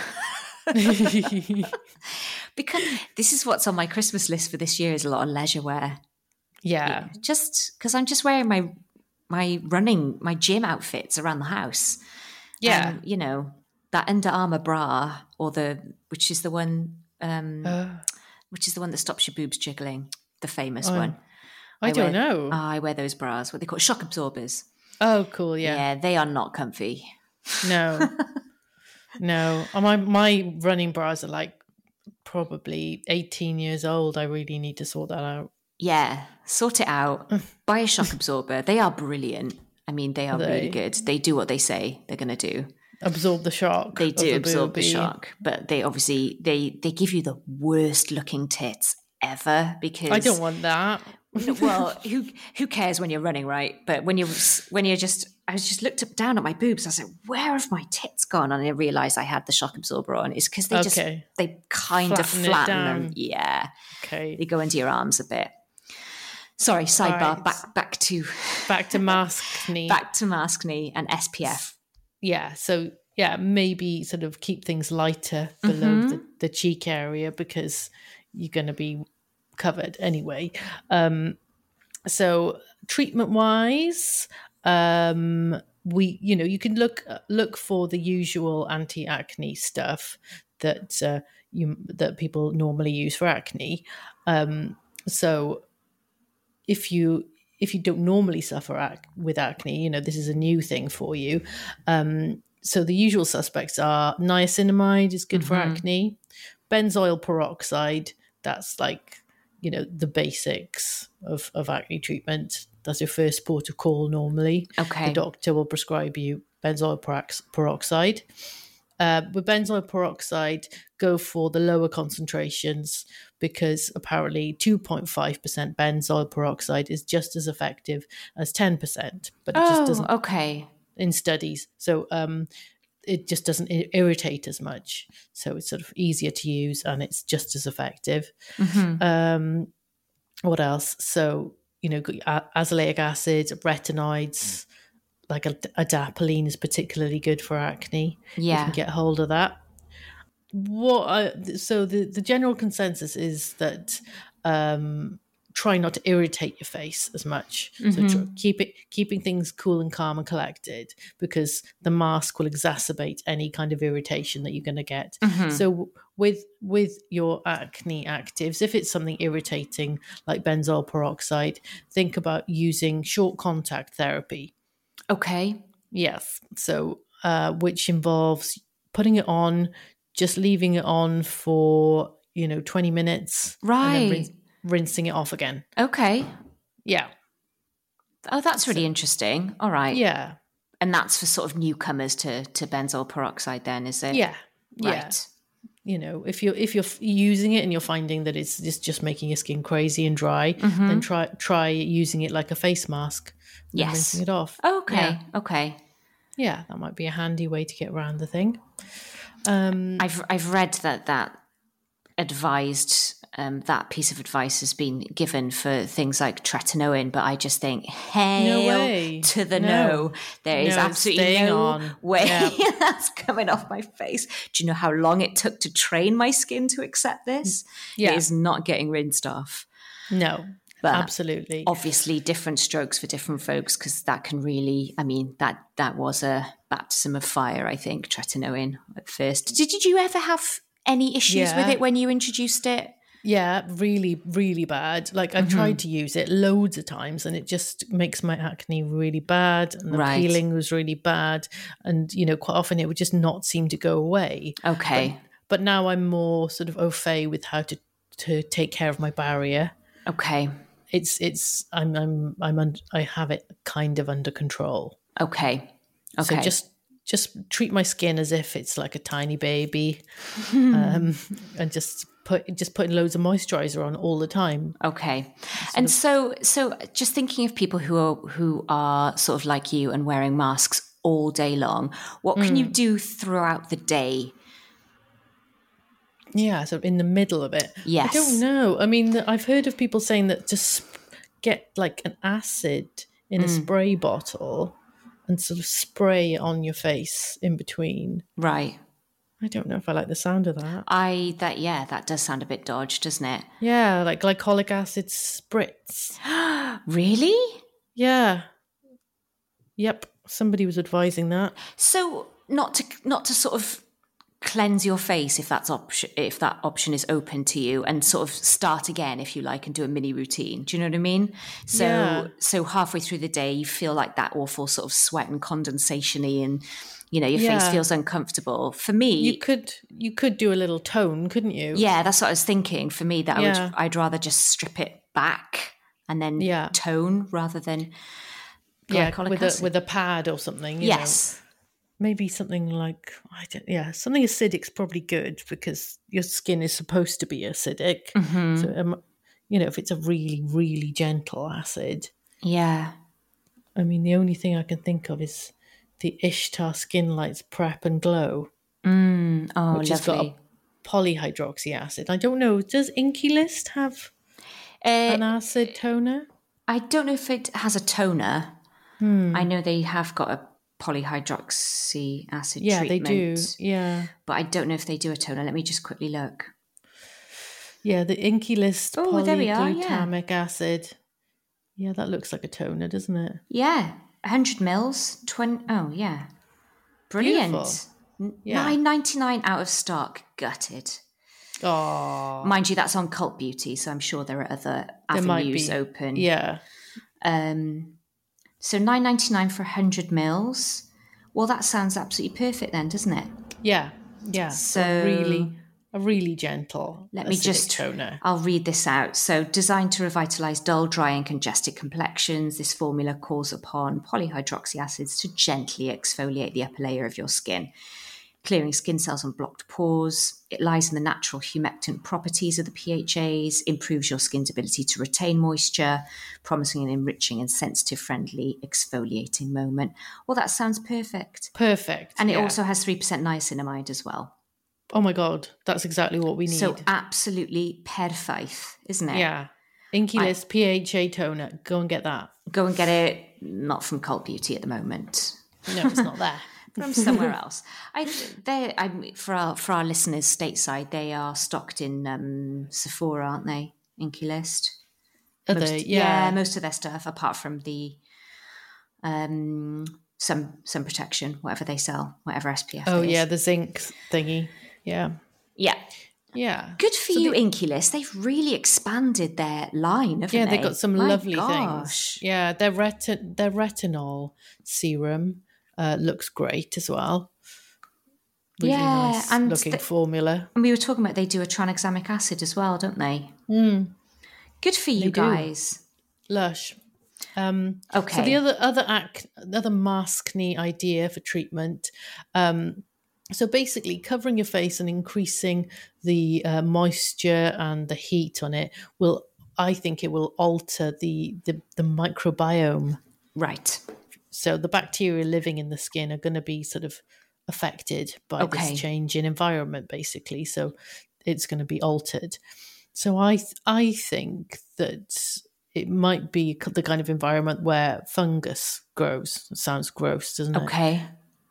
because this is what's on my Christmas list for this year is a lot of leisure wear.
yeah.
Just because I'm just wearing my my running my gym outfits around the house.
Yeah.
Um, you know, that Under Armour bra or the which is the one um
Uh,
which is the one that stops your boobs jiggling, the famous
Oh,
one.
I, uh, don't
wear-
know.
Oh, I wear those bras, what they call shock absorbers.
oh, cool.
Yeah.
Yeah.
they are not comfy.
[laughs] No. no. Oh, My my running bras are like probably 18 years old. I really need to sort that out.
Yeah, sort it
[laughs]
out. Buy a shock absorber. They are brilliant. I mean, they are
Are they?
really good. They do what they say they're going to do.
Absorb the shock.
They
of
do absorb the
booby.
shock, but they obviously they they give you the worst looking tits ever because
I don't want that.
No, well, who who cares when you're running, right? But when you're when you're just, I was just looked up down at my boobs. I was like, where have my tits gone? And I realised I had the shock absorber on. It's because they just
Okay.
they kind of
Flatten it
flatten them.
down.
Yeah, they
Okay.
go into your arms a bit. Sorry, sidebar.
Right.
Back back to
Back to
[laughs]
mask knee.
back to mask knee and SPF.
yeah so yeah maybe sort of keep things lighter below
Mm-hmm.
the, the cheek area because you're going to be covered anyway um so treatment wise um we you know you can look look for the usual anti acne stuff that uh, you that people normally use for acne um so if you if you don't normally suffer ac- with acne, you know this is a new thing for you. Um, so the usual suspects are niacinamide is good for
Mhm.
acne, benzoyl peroxide. That's like you know the basics of of acne treatment. That's your first port of call normally
Okay.
the doctor will prescribe you benzoyl perox- peroxide. Uh, with benzoyl peroxide, go for the lower concentrations because apparently 2.5% benzoyl peroxide is just as effective as 10%, but it just
oh,
doesn't
okay.
in studies. So um, it just doesn't i- irritate as much. So it's sort of easier to use and it's just as effective.
Mhm.
Um, what else? So you know, got your a- azelaic acid, retinoids, like a, adapalene is particularly good for acne. You
Yeah.
can get hold of that. What? I, so the the general consensus is that um, try not to irritate your face as much. So tr- keep it keeping things cool and calm and collected because the mask will exacerbate any kind of irritation that you're going to get.
Mhm.
So w- with with your acne actives, if it's something irritating like benzoyl peroxide, think about using short contact therapy.
okay.
Yes, so uh, which involves putting it on, just leaving it on for you know twenty minutes, and then
Right.
rin- rinsing it off again.
Okay.
Yeah,
Oh, that's really interesting. All right.
yeah,
And that's for sort of newcomers to to benzoyl peroxide. Then is it?
yeah, yeah.
Right.
you know if you're if you're f- using it and you're finding that it's it's just making your skin crazy and dry
Mm-hmm.
then try try using it like a face mask and
Yes. Oh.
rinsing it off
Okay.
yeah.
Okay.
Yeah, that might be a handy way to get around the thing um
I've I've read that that advised um, that piece of advice has been given for things like tretinoin, but I just think hail
way.
to the no.
No.
There is
No, it's
absolutely
staying
no
on.
way
Yeah.
[laughs] that's coming off my face. Do you know how long it took to train my skin to accept this?
Yeah.
It is not getting rinsed off.
no
But
absolutely
obviously different strokes for different folks because that can really i mean that that was a baptism of fire i think tretinoin at first did, did you ever have any issues with
Yeah.
it when you introduced it
yeah really really bad like
Mm-hmm.
i've tried to use it loads of times and it just makes my acne really bad and the
Right.
peeling was really bad and you know quite often it would just not seem to go away
okay
but now i'm more sort of au fait with how to to take care of my barrier
okay
it's it's I'm I'm I'm un- I have it kind of under control.
okay okay
So just just treat my skin as if it's like a tiny
[laughs]
baby, um, and just put just putting loads of moisturizer on all the time.
okay and so so just thinking of people who are who are sort of like you and wearing masks all day long what can you do throughout the day
Yeah, so in the middle of it.
Yes.
I don't know. I mean, I've heard of people saying that just sp- get like an acid in
Mm.
a spray bottle and sort of spray on your face in between.
Right.
I don't know if I like the sound of that.
I that yeah, that does sound a bit dodge, doesn't it?
Yeah, like glycolic acid spritz.
[gasps] Really?
Yeah. Yep. Somebody was advising that.
So not to not to sort of cleanse your face if that's option if that option is open to you and sort of start again if you like and do a mini routine do you know what i mean so
Yeah.
so halfway through the day you feel like that awful sort of sweat and condensationy and you know your face
Yeah.
feels uncomfortable for me
You could you could do a little tone, couldn't you?
yeah that's what i was thinking for me that I
Yeah.
would, i'd rather just strip it back and then
Yeah.
tone rather than
Yeah,
glycolic
with a
acid.
with a pad or something. you know.
yes
maybe something like I don't. Yeah, something acidic's probably good because your skin is supposed to be acidic.
Mhm.
So, um, you know, if it's a really really gentle acid,
yeah
I mean, the only thing I can think of is the Ishtar Skin Lights Prep and Glow,
mm, oh
which has got
lovely
a polyhydroxy acid. I don't know. Does Inky List have
Uh,
an acid
eh,
toner?
I don't know if it has a toner.
Hmm.
I know they have got a polyhydroxy acid
Yeah,
treatment.
they do. Yeah,
But I don't know if they do a toner. Let me just quickly look.
yeah. The Inky List
Oh, there we are, yeah.
polyglutamic acid. Yeah, that looks like a toner, doesn't it?
Yeah, 100 mils, 20. Oh, yeah. Brilliant.
Beautiful.
N-
Yeah.
9.99 out of stock. Gutted.
Oh,
Mind you, that's on Cult Beauty, so I'm sure there are other avenues open.
Yeah,
Um, so 9.99 for 100 mils. Well, that sounds absolutely perfect then, doesn't it?
yeah, yeah.
So-
So really, a really gentle.
Let me
acidic
just
toner.
I'll read this out. So, designed to revitalize dull, dry, and congested complexions, this formula calls upon polyhydroxy acids to gently exfoliate the upper layer of your skin, clearing skin cells and blocked pores. It lies in the natural humectant properties of the PHAs, improves your skin's ability to retain moisture, promising an enriching and sensitive friendly exfoliating moment. Well, that sounds perfect.
Perfect.
And it
yeah.
also has 3% niacinamide as well.
Oh my god, that's exactly what we need.
So, absolutely perfect, isn't it?
yeah, Inky
I-
List PHA toner. Go and get that.
go and get it not from cult beauty at the moment
No, it's not
[laughs]
there. [laughs]
from somewhere else i they i for our for our listeners stateside they are stocked in um sephora aren't they inky list
Are
most,
they? Yeah.
most of their stuff apart from the um some sun protection whatever they sell whatever spf
Oh
it is.
yeah, the zinc thingy. Yeah,
yeah
yeah.
good for you inky list they've really expanded their line haven't
Yeah,
they
they've got some
My
lovely
gosh.
things. Yeah, their retin- their retinol serum uh, looks great as well. Really
Yeah,
nice
and
looking
the-
formula.
And we were talking about they do a tranexamic acid as well, don't they? Good for you
Hmm. do.
guys.
Lush. Um,
Okay.
So the other other ac- other maskne idea for treatment. Um, so basically, covering your face and increasing the uh, moisture and the heat on it will, I think, it will alter the the, the microbiome.
right.
So the bacteria living in the skin are going to be sort of affected by
Okay.
this change in environment, basically. So it's going to be altered. So I th- I think that it might be c- the kind of environment where fungus grows. It sounds gross, doesn't it?
Okay.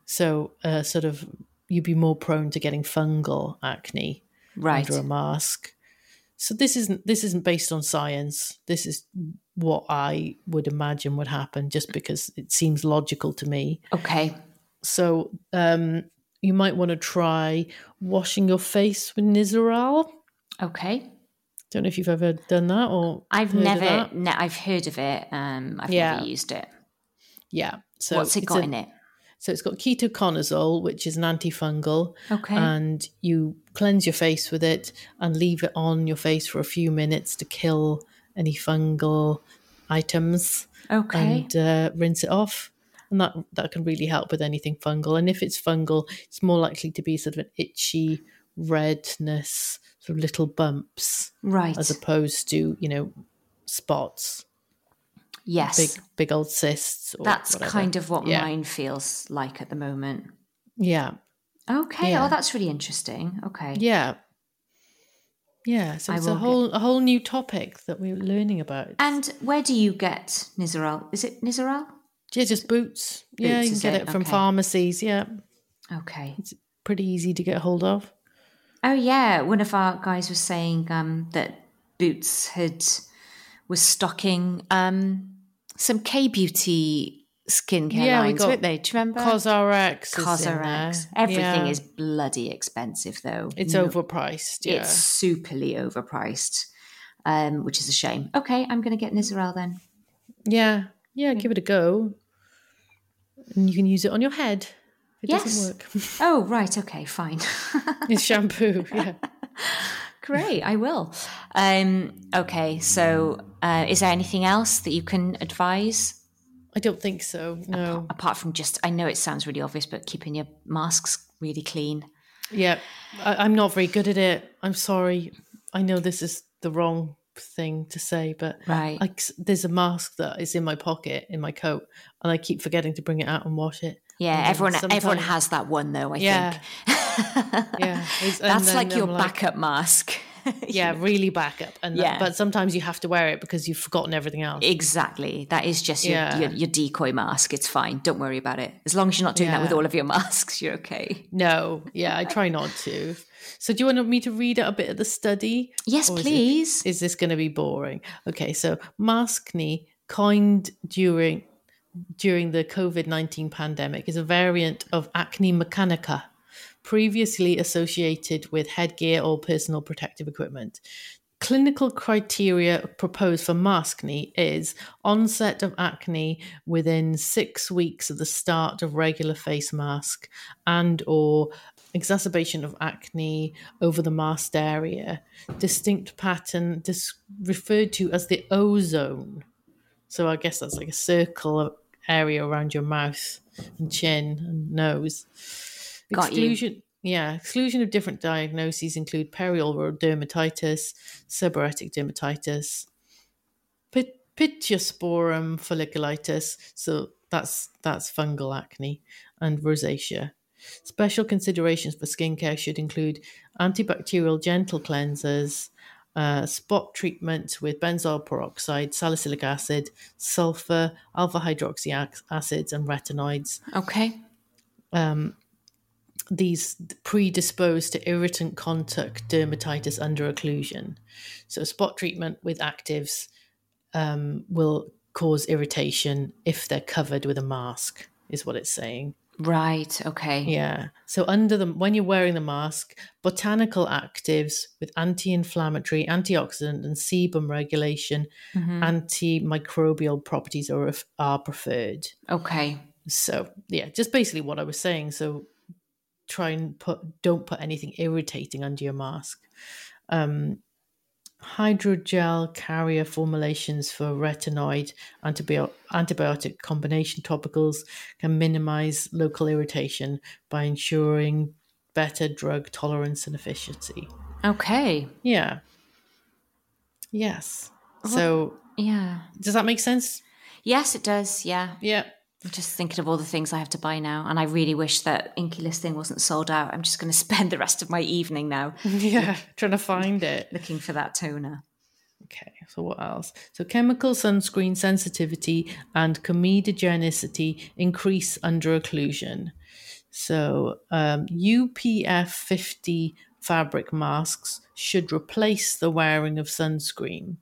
So uh, sort of you'd be more prone to getting fungal acne
Right.
under a mask. So this isn't this isn't based on science. This is what I would imagine would happen, just because it seems logical to me.
Okay.
So um, you might want to try washing your face with Nizoral.
Okay.
Don't know if you've ever done that or
I've
heard of
never,
that.
ne- I've heard of it. Um, I've
Yeah.
never used it.
yeah. So
What's it
it's
got
a-
in it?
So it's got ketoconazole, which is an antifungal.
Okay.
and you cleanse your face with it and leave it on your face for a few minutes to kill any fungal items
okay.
and uh, rinse it off. And that, that can really help with anything fungal. And if it's fungal, it's more likely to be sort of an itchy redness, sort of little bumps,
right.
as opposed to, you know, spots, big,
yes.
big old cysts. Or
That's
whatever.
kind of what
Yeah.
mine feels like at the moment.
Yeah.
Okay.
Yeah.
Oh, that's really interesting. Okay.
Yeah. Yeah, so
I
it's a
will get-
whole a whole new topic that we're learning about.
And where do you get Nizoral? Is it Nizoral?
yeah, just boots. yeah,
Boots,
you can
is
get
it?
it, from
Okay.
pharmacies. Yeah,
Okay.
pretty easy to get hold of.
Oh yeah, one of our guys was saying um, that Boots had was stocking um, some K beauty skincare
Yeah, we
lines,
got
weren't they? Do you remember?
CosRx. is in
Cosrx.
there.
Everything
Yeah.
is bloody expensive though.
It's
No-
overpriced. Yeah.
It's superly overpriced, um, which is a shame. Okay, I'm going to get Nizoral then.
yeah. Yeah. Give it a go. And you can use it on your head. If it
Yes.
doesn't work. [laughs]
Oh right, okay, fine. [laughs]
it's shampoo. Yeah.
Great, I will. Um, okay, so uh, is there anything else that you can advise?
I don't think so. No.
apart from just i know it sounds really obvious but keeping your masks really clean
Yeah. I, I'm not very good at it. I'm sorry. I know this is the wrong thing to say, but
right
I, there's a mask that is in my pocket in my coat, and I keep forgetting to bring it out and wash it.
yeah
And then
everyone everyone
sometime-
has that one though i
Yeah.
[laughs] think
Yeah, it's- and
that's
then
like your
I'm
backup
[laughs]
mask [laughs]
Yeah, really backup. And that-
Yeah.
but sometimes you have to wear it because you've forgotten everything else.
exactly that is just your,
Yeah.
your, your decoy mask it's fine don't worry about it as long as you're not doing that with
Yeah.
all of your [laughs] masks you're okay
No, yeah, I try not to. So, do you want me to read out a bit of the study?
yes
Or is it-
please
Is this going to be boring? Okay, so maskne, coined during during the COVID nineteen pandemic, is a variant of acne mechanica, previously associated with headgear or personal protective equipment. Clinical criteria proposed for maskne is onset of acne within six weeks of the start of regular face mask and or exacerbation of acne over the masked area distinct pattern dis- referred to as the ozone so i guess that's like a circle of area around your mouth and chin and nose
Got you.
exclusion yeah exclusion of different diagnoses include perioral dermatitis seborrheic dermatitis pit- pitiosporum folliculitis. So that's that's fungal acne and rosacea. Special considerations for skincare should include antibacterial gentle cleansers, uh, spot treatment with benzoyl peroxide, salicylic acid, sulfur, alpha hydroxy ac- acids, and retinoids.
okay
These predispose to irritant contact dermatitis under occlusion. So, spot treatment with actives um, will cause irritation if they're covered with a mask, is what it's saying.
right okay
Yeah. So under the when you're wearing the mask, botanical actives with anti-inflammatory, antioxidant, and sebum regulation, antimicrobial properties are are preferred.
okay
So yeah, just basically what I was saying. So try and put don't put anything irritating under your mask. Um, hydrogel carrier formulations for retinoid antibio- antibiotic combination topicals can minimize local irritation by ensuring better drug tolerance and efficiency.
okay
Yeah. Yes. So
yeah
does that make sense?
yes it does yeah
Yeah.
I'm just thinking of all the things I have to buy now, and I really wish that Inky List thing wasn't sold out. I'm just going to [laughs] spend the rest of my evening now
Yeah. Trying to find it.
looking for that toner.
Okay, so what else? So chemical sunscreen sensitivity and comedogenicity increase under occlusion. So um, UPF 50 fabric masks should replace the wearing of sunscreen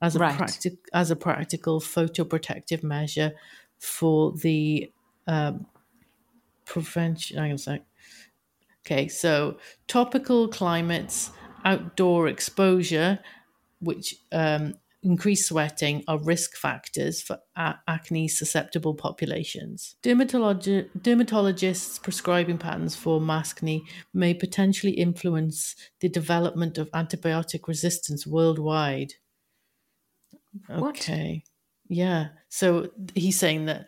as a,
Right.
practic- as a practical photoprotective measure for the um, prevention. Hang on a sec. Okay, so topical climates, outdoor exposure, which um, increase sweating, are risk factors for a- acne susceptible populations. Dermatologi- dermatologists' prescribing patterns for maskne may potentially influence the development of antibiotic resistance worldwide.
What?
Okay. Yeah. So he's saying that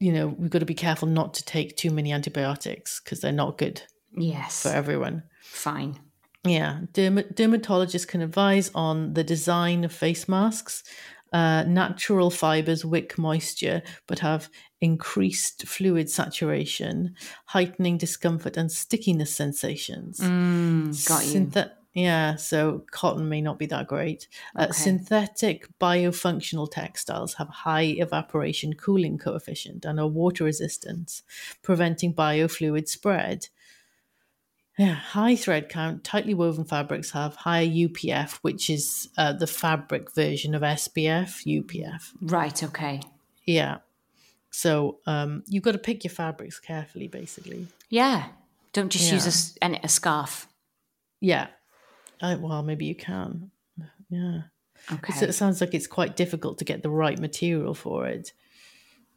you know we've got to be careful not to take too many antibiotics because they're not good
Yes,
for everyone.
fine.
Yeah, derma- dermatologists can advise on the design of face masks. Uh, natural fibers wick moisture but have increased fluid saturation, heightening discomfort and stickiness sensations.
Mm, got you.
Synthet- Yeah, so cotton may not be that great. Uh,
Okay.
synthetic biofunctional textiles have high evaporation cooling coefficient and are water resistant, preventing biofluid spread. Yeah, high thread count. Tightly woven fabrics have higher UPF, which is uh, the fabric version of SPF. UPF.
Right. Okay.
Yeah. So um, you've got to pick your fabrics carefully, basically.
Yeah. Don't just use a
Yeah.
s- an, a scarf.
Yeah. I, well, maybe you can. Yeah.
Okay.
So it sounds like it's quite difficult to get the right material for it.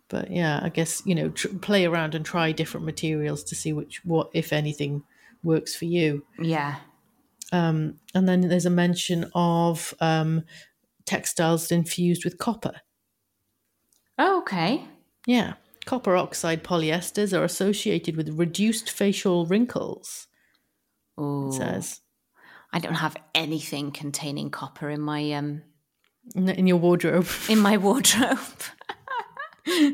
But yeah, I guess you know, tr- play around and try different materials to see which, what, if anything, works for you.
yeah.
Um, and then there's a mention of um, textiles infused with copper.
Oh, okay.
Yeah, copper oxide polyesters are associated with reduced facial wrinkles.
Ooh.
It says
I don't have anything containing copper in my um
in in your wardrobe. [laughs]
in my wardrobe. [laughs]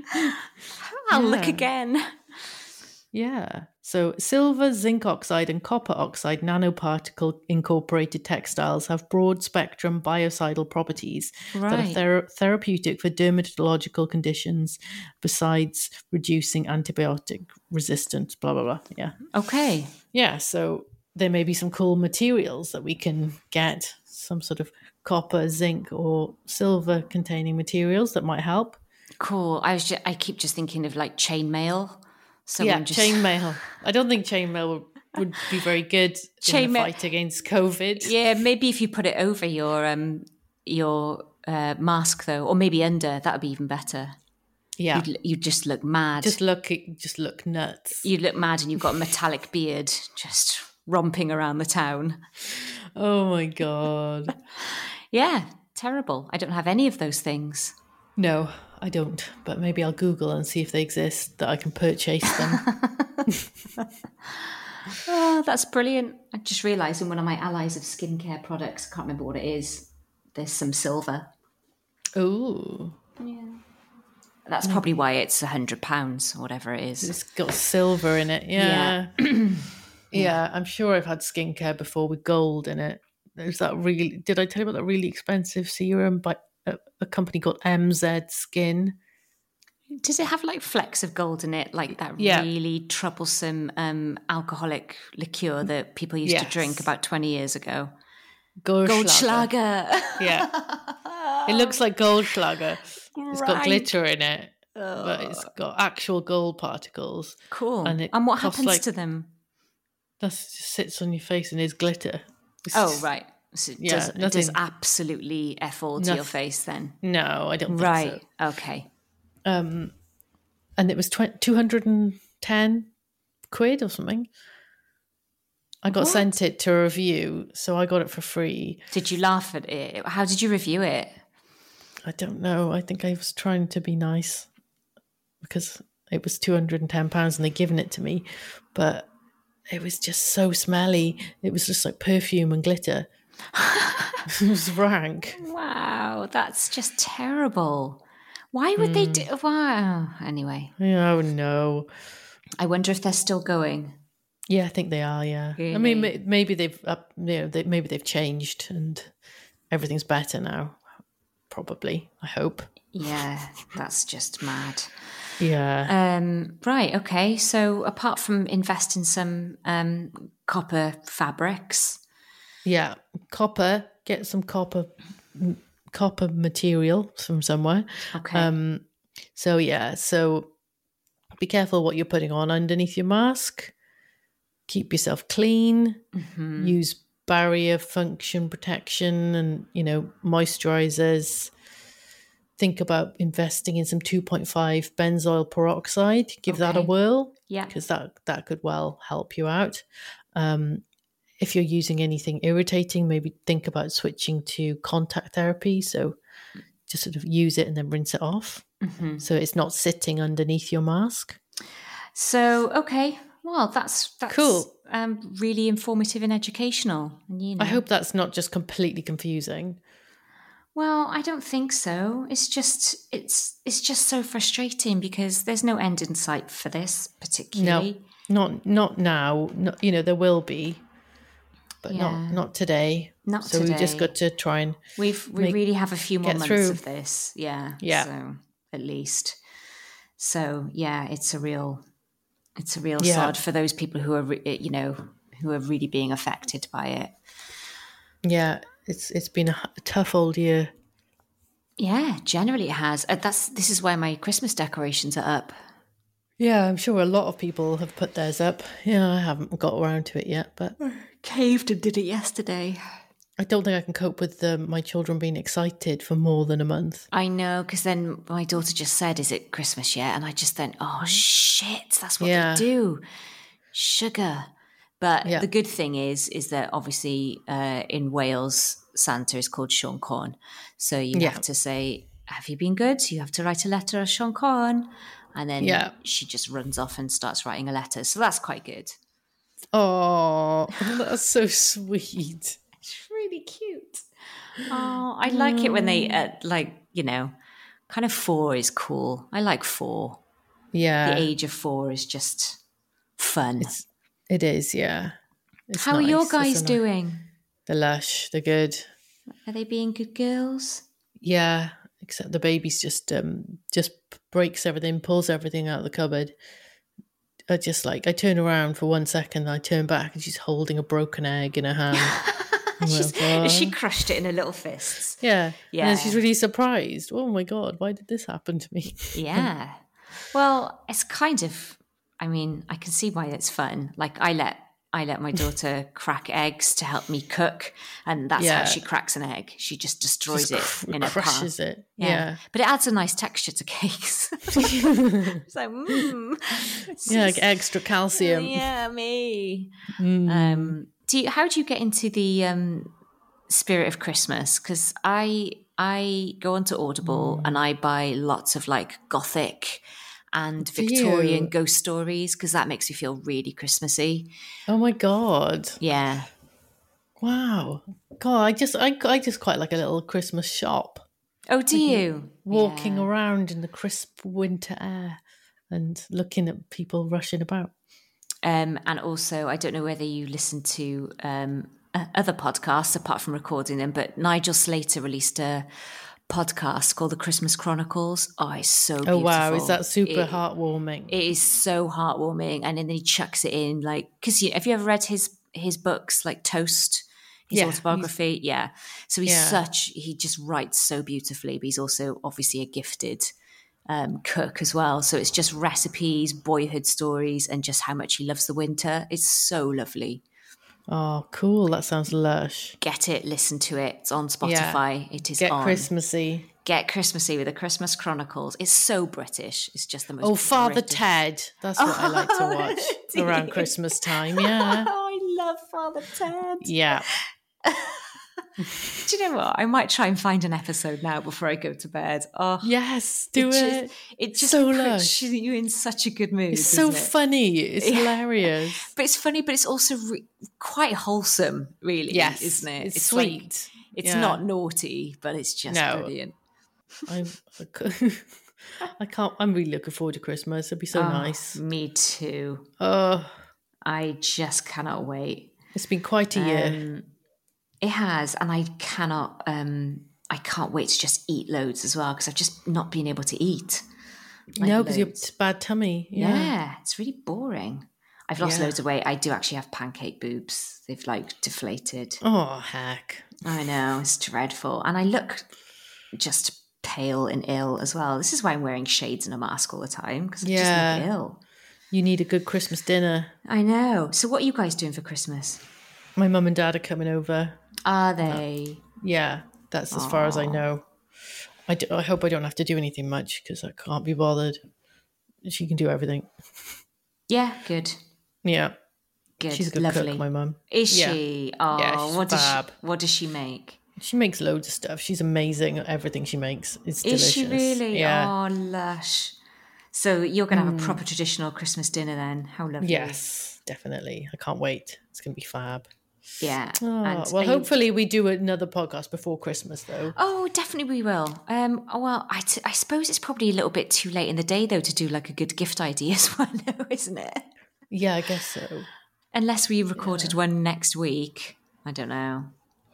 I'll look
Yeah.
again.
Yeah. So silver, zinc oxide, and copper oxide nanoparticle incorporated textiles have broad spectrum biocidal properties that are
Right.
thera- therapeutic for dermatological conditions, besides reducing antibiotic resistance, blah, blah, blah. Yeah.
Okay.
Yeah. So there may be some cool materials that we can get some sort of copper, zinc, or silver containing materials that might help.
Cool. I was just, I keep just thinking of like chainmail. Someone
Yeah,
just
chainmail. I don't think chainmail would, would be very good in the
Chainmail-
fight against COVID.
Yeah, maybe if you put it over your um your uh, mask though, or maybe under, that would be even better.
Yeah,
You'd, you just look mad.
just look, just look nuts.
you look mad, and you've got a metallic beard just romping around the town.
Oh my god.
Yeah, terrible. I don't have any of those things.
No, I don't. But maybe I'll Google and see if they exist that I can purchase
[laughs]
them.
Oh, that's brilliant. I just realised in one of my allies of skincare products, I can't remember what it is, there's some silver.
Ooh,
That's probably why it's a £100 or whatever it is.
Mm. it's got silver in it. Yeah.
Yeah.
yeah. [clears throat] I'm sure I've had skincare before with gold in it. There's that really? Did I tell you about that really expensive serum by a, a company called MZ Skin?
Does it have like flecks of gold in it, like that
Yeah.
really troublesome um, alcoholic liqueur that people used to drink
Mm. Yes.
about 20 years ago?
Goldschlager.
Goldschlager.
Yeah.
[laughs]
It looks like Goldschlager. It's got
Right.
glitter in it, but it's got actual gold particles.
Cool.
and
And,
it
what
costs,
happens
like-
to them?
That just sits on your face and is glitter. It's
Oh,
just-
right. So it,
Yeah,
does, it does
nothing.
absolutely F all to your
Nothing.
face then.
No, I don't right.
Right.
think so.
Okay.
Um, and it was tw- 210 quid or something. I got
What?
sent it to review, so I got it for free.
Did you laugh at it? How did you review it?
I don't know. I think I was trying to be nice because it was two hundred and ten pounds, and they'd given it to me, but it was just so smelly. It was just like perfume and glitter. [laughs] it was rank.
Wow, that's just terrible. Why would
Hmm.
they do? Wow. Anyway,
Oh no.
I wonder if they're still going.
Yeah, I think they are. Yeah, I mean, may- maybe they've up, you know, they, maybe they've changed and everything's better now. Probably, I hope.
[laughs] Yeah, that's just mad.
Yeah,
Um, right. Okay. So apart from invest in some um, copper fabrics,
yeah. Copper, get some copper, m- copper material from somewhere.
okay.
Um, so yeah, so be careful what you're putting on underneath your mask. Keep yourself clean.
Mhm.
Use barrier function protection and you know moisturizers. Think about investing in some 2.5 benzoyl peroxide. Give that a
Okay.
whirl
yeah.
because that that could well help you out. Um, if you're using anything irritating, maybe think about switching to contact therapy. So just sort of use it and then rinse it off,
hmm
so it's not sitting underneath your mask.
So okay. Well, that's that's
Cool.
Um, really informative and educational. And you know,
I hope that's not just completely confusing.
Well, I don't think so. It's just it's it's just so frustrating because there's no end in sight for this
No,
particularly.
not not now. Not, you know there will be. but
Yeah.
not not today.
Not
so we just
today.
got to try and
We've we
make-
really have a few more
get
months
through.
of this. Yeah.
Yeah.
So at least. So yeah, it's a real it's a real
Yeah.
sod for those people who are re- eh, you know who are really being affected by it.
yeah. It's it's been a h- tough old year.
Yeah, generally it has. Uh, That's this is why my Christmas decorations are up.
Yeah, I'm sure a lot of people have put theirs up. Yeah, I haven't got around to it yet, but
Caved and did it yesterday.
I don't think I can cope with um, my children being excited for more than a month.
I know, because then my daughter just said, "Is it Christmas yet?" And I just then, "Oh shit, that's what
Yeah.
they do, sugar." But
Yeah.
the good thing is, is that obviously uh, in Wales, Santa is called Sean Corn, so you
Yeah.
have to say, "Have you been good?" You have to write a letter of Sean Corn, and then
Yeah.
she just runs off and starts writing a letter. So that's quite good.
Oh, [laughs] that's so sweet.
It's really cute. Oh, I like it when they uh, like you know, kind of four is cool. I like four. the
Yeah,
age of four is just fun.
It's- it is. Yeah. It's
How are your
nice,
guys
isn't it?
doing?
They're lush. They're good.
Are they being good girls?
Yeah, except the baby's just um just breaks everything, pulls everything out of the cupboard. I just like I turn around for one second, I turn back, and she's holding a broken egg in her
[laughs]
hand. I'm
She's,
like, "What?"
[laughs] she crushed it in her little fists.
Yeah, yeah.
Yeah.
she's really surprised. Oh my god, why did this happen to me? [laughs]
Yeah. Well, it's kind of. I mean, I can see why it's fun. Like I let
[laughs]
I let my daughter crack eggs to help me cook, and that's
Yeah.
how she cracks an egg. She just destroys
Just cr- [laughs]
it in a pan.
crushes it. Yeah,
but it adds a nice texture
[laughs]
to cakes. [laughs] it's like, mm.
yeah, like
[laughs]
extra calcium.
Yeah, me.
Mm.
Um, do you, how do you get into the um, spirit of Christmas? Because I I go onto Audible
Mm.
and I buy lots of like gothic and
Do
Victorian
you?
ghost stories because that makes me feel really Christmassy.
Oh my god.
Yeah,
Wow. God, I just I, I just quite like a little Christmas shop.
Oh, do you?
walking
Yeah.
around in the crisp winter air and looking at people rushing about.
Um, and also, I don't know whether you listen to um, o- other podcasts apart from recording them, but Nigel Slater released a podcast called The Christmas Chronicles. Oh, it's so beautiful.
Oh wow, is that super
It-
heartwarming?
It is so heartwarming, and then he chucks it in like because you, have you ever read his his books like Toast, his
Yeah, he's-
autobiography? Yeah. So he's
Yeah.
such he just writes so beautifully, but he's also obviously a gifted um, cook as well. So it's just recipes, boyhood stories, and just how much he loves the winter. It's so lovely.
oh, cool. That sounds lush.
Get it, listen to it. It's on Spotify. It is
Get
on.
Christmassy.
Get Christmassy with the Christmas Chronicles. It's so British. It's just the most.
Oh, Father
British-
Ted. That's what I like
[laughs]
to watch
do you?
around Christmas time. Yeah.
Oh, I love Father Ted.
Yeah.
Do you know what? I might try and find an episode now before I go to bed. Oh,
Yes, do it.
Just, it just
So
puts
lush.
you in such a good mood.
it's so
doesn't it?
funny. It's
Yeah.
hilarious.
But it's funny, but it's also re- quite wholesome, really.
Yes.
isn't [laughs] it?
It's,
like-
sweet.
it's
Yeah.
not naughty, but it's just
No.
brilliant.
[laughs] I, I c- [laughs]
[laughs]
I can't I'm really looking forward to Christmas. It'd be so
Oh,
nice.
Me too.
Oh,
I just cannot wait.
it's been quite a year.
Um, it has, and I cannot. Um, I can't wait to just eat loads as well because I've just not been able to eat. like,
no, because you have
loads.
t- bad tummy.
Yeah.
Yeah.
it's really boring. I've lost
Yeah.
loads of weight. I do actually have pancake boobs. They've like deflated.
Oh heck.
I know [sighs] it's dreadful, and I look just pale and ill as well. This is why I'm wearing shades and a mask all the time because I
Yeah.
just look ill.
You need a good Christmas dinner.
I know. So, what are you guys doing for Christmas?
My mum and dad are coming over.
Are they?
Yeah, that's as far as I know. I, d- I hope I don't have to do anything much because I can't be bothered. She can do everything.
Yeah, good.
Yeah,
Good.
she's a good
Lovely.
cook. My mum.
Is
Yeah.
she? Oh,
Yeah, she's
what does
fab.
she? What does she make?
She makes loads of stuff. She's amazing at everything she makes. It's delicious.
Is she really?
Yeah. Mm.
Oh, lush. So you're going to have a proper traditional Christmas dinner then? How lovely.
Yes, definitely. I can't wait. It's gonna be fab.
Yeah.
Oh,
And
well,
are you-
hopefully we do another podcast before Christmas though.
Oh, definitely we will. Um, oh, well, I, t- I suppose it's probably a little bit too late in the day though to do like a good gift [laughs] ideas one, though, isn't it?
Yeah, I guess so.
Unless we recorded one next week. I don't know.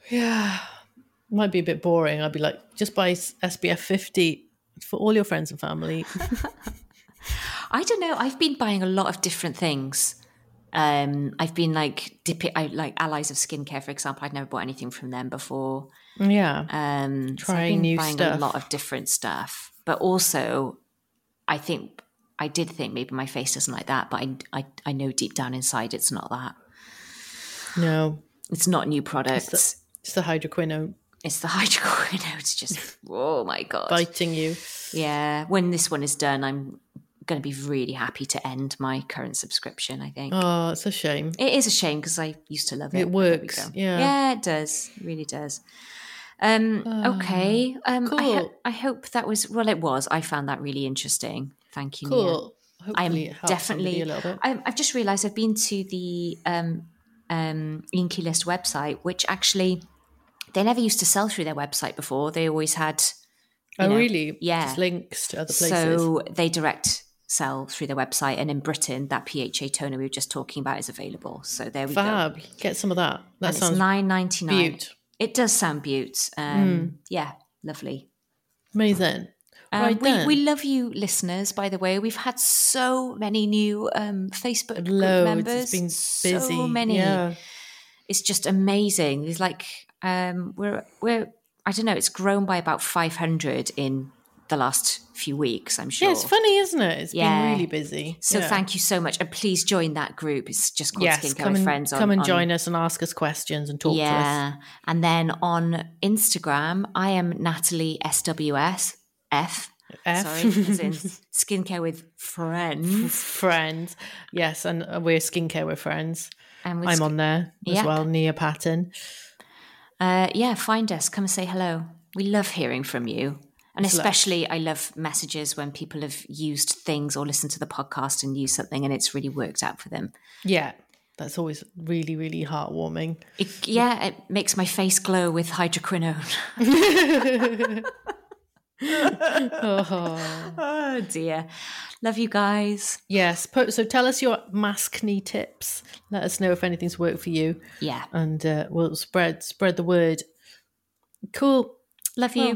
Yeah. Might be a bit boring. I'd be like, just buy S- SPF 50 for all your friends and
[laughs]
family.
I don't know. I've been buying a lot of different things. Um, I've been like dipping, I like Allies of Skincare, for example. I'd never bought anything from them before.
yeah.
Um, so I've
Trying
been
new
buying
stuff.
a lot of different stuff, but also, I think I did think maybe my face doesn't like that, but I, I, I know deep down inside it's not that.
No.
It's not new products. It's the,
It's the hydroquinone
[laughs] hydroquinone.
[laughs]
It's just oh my god.
biting you.
Yeah, when this one is done, I'm going to be really happy to end my current subscription. I think
Oh, it's a shame.
it is a shame because I used to love it.
It
but there we
works,
go.
yeah.
yeah, it does. It really does. Um, okay. Um, I, ho-
Ah, cool.
I hope that was well. It was. I found that really interesting. Thank you. Mia.
Cool.
I'm
Hopefully it helps somebody
definitely.
a little bit.
I'm, I've just realised I've been to the um, um, Inky List website, which actually they never used to sell through their website before. They always had
Oh,
know,
really?
yeah.
Just links to other places.
so they direct sell through their website, and in Britain, that PHA toner we were just talking about is available. So there we go.
Fab. Get some of that. That
And it's
sounds
nine ninety nine.
beaut.
It does sound beaut.
Hmm.
Um, Yeah, lovely.
Amazing.
Um,
right
we,
then.
we love you, listeners. By the way, we've had so many new um, Facebook group
Loads.
members.
It's been busy.
So many.
Yeah.
It's just amazing. It's like um, we're we're I don't know. It's grown by about five hundred in the last few weeks. I'm sure.
Yeah, it's funny, isn't it? It's
Yeah.
been really busy.
So
yeah.
thank you so much, and please join that group. It's just called
Yes,
Skincare
come
with
and,
Friends.
come and join us and ask us questions and talk to us.
Yeah, and then on Instagram, I am Natalie SWS F.
F.
Sorry,
[laughs]
as in Skincare with Friends.
Friends. Yes, and uh, we're skincare, we're friends.
And with
I'm on there as
Yeah.
well, Nia Patton.
Uh, yeah, find us. Come and say hello. We love hearing from you. And especially, I love messages when people have used things or listened to the podcast and used something and it's really worked out for them.
Yeah, that's always really, really heartwarming.
[laughs] It, yeah, it makes my face glow with hydroquinone. [laughs]
Oh.
Oh dear. Love you guys.
yes, po- so tell us your mask knee tips. Let us know if anything's worked for you,
Yeah.
and uh, we'll spread spread the word. Cool.
Love you.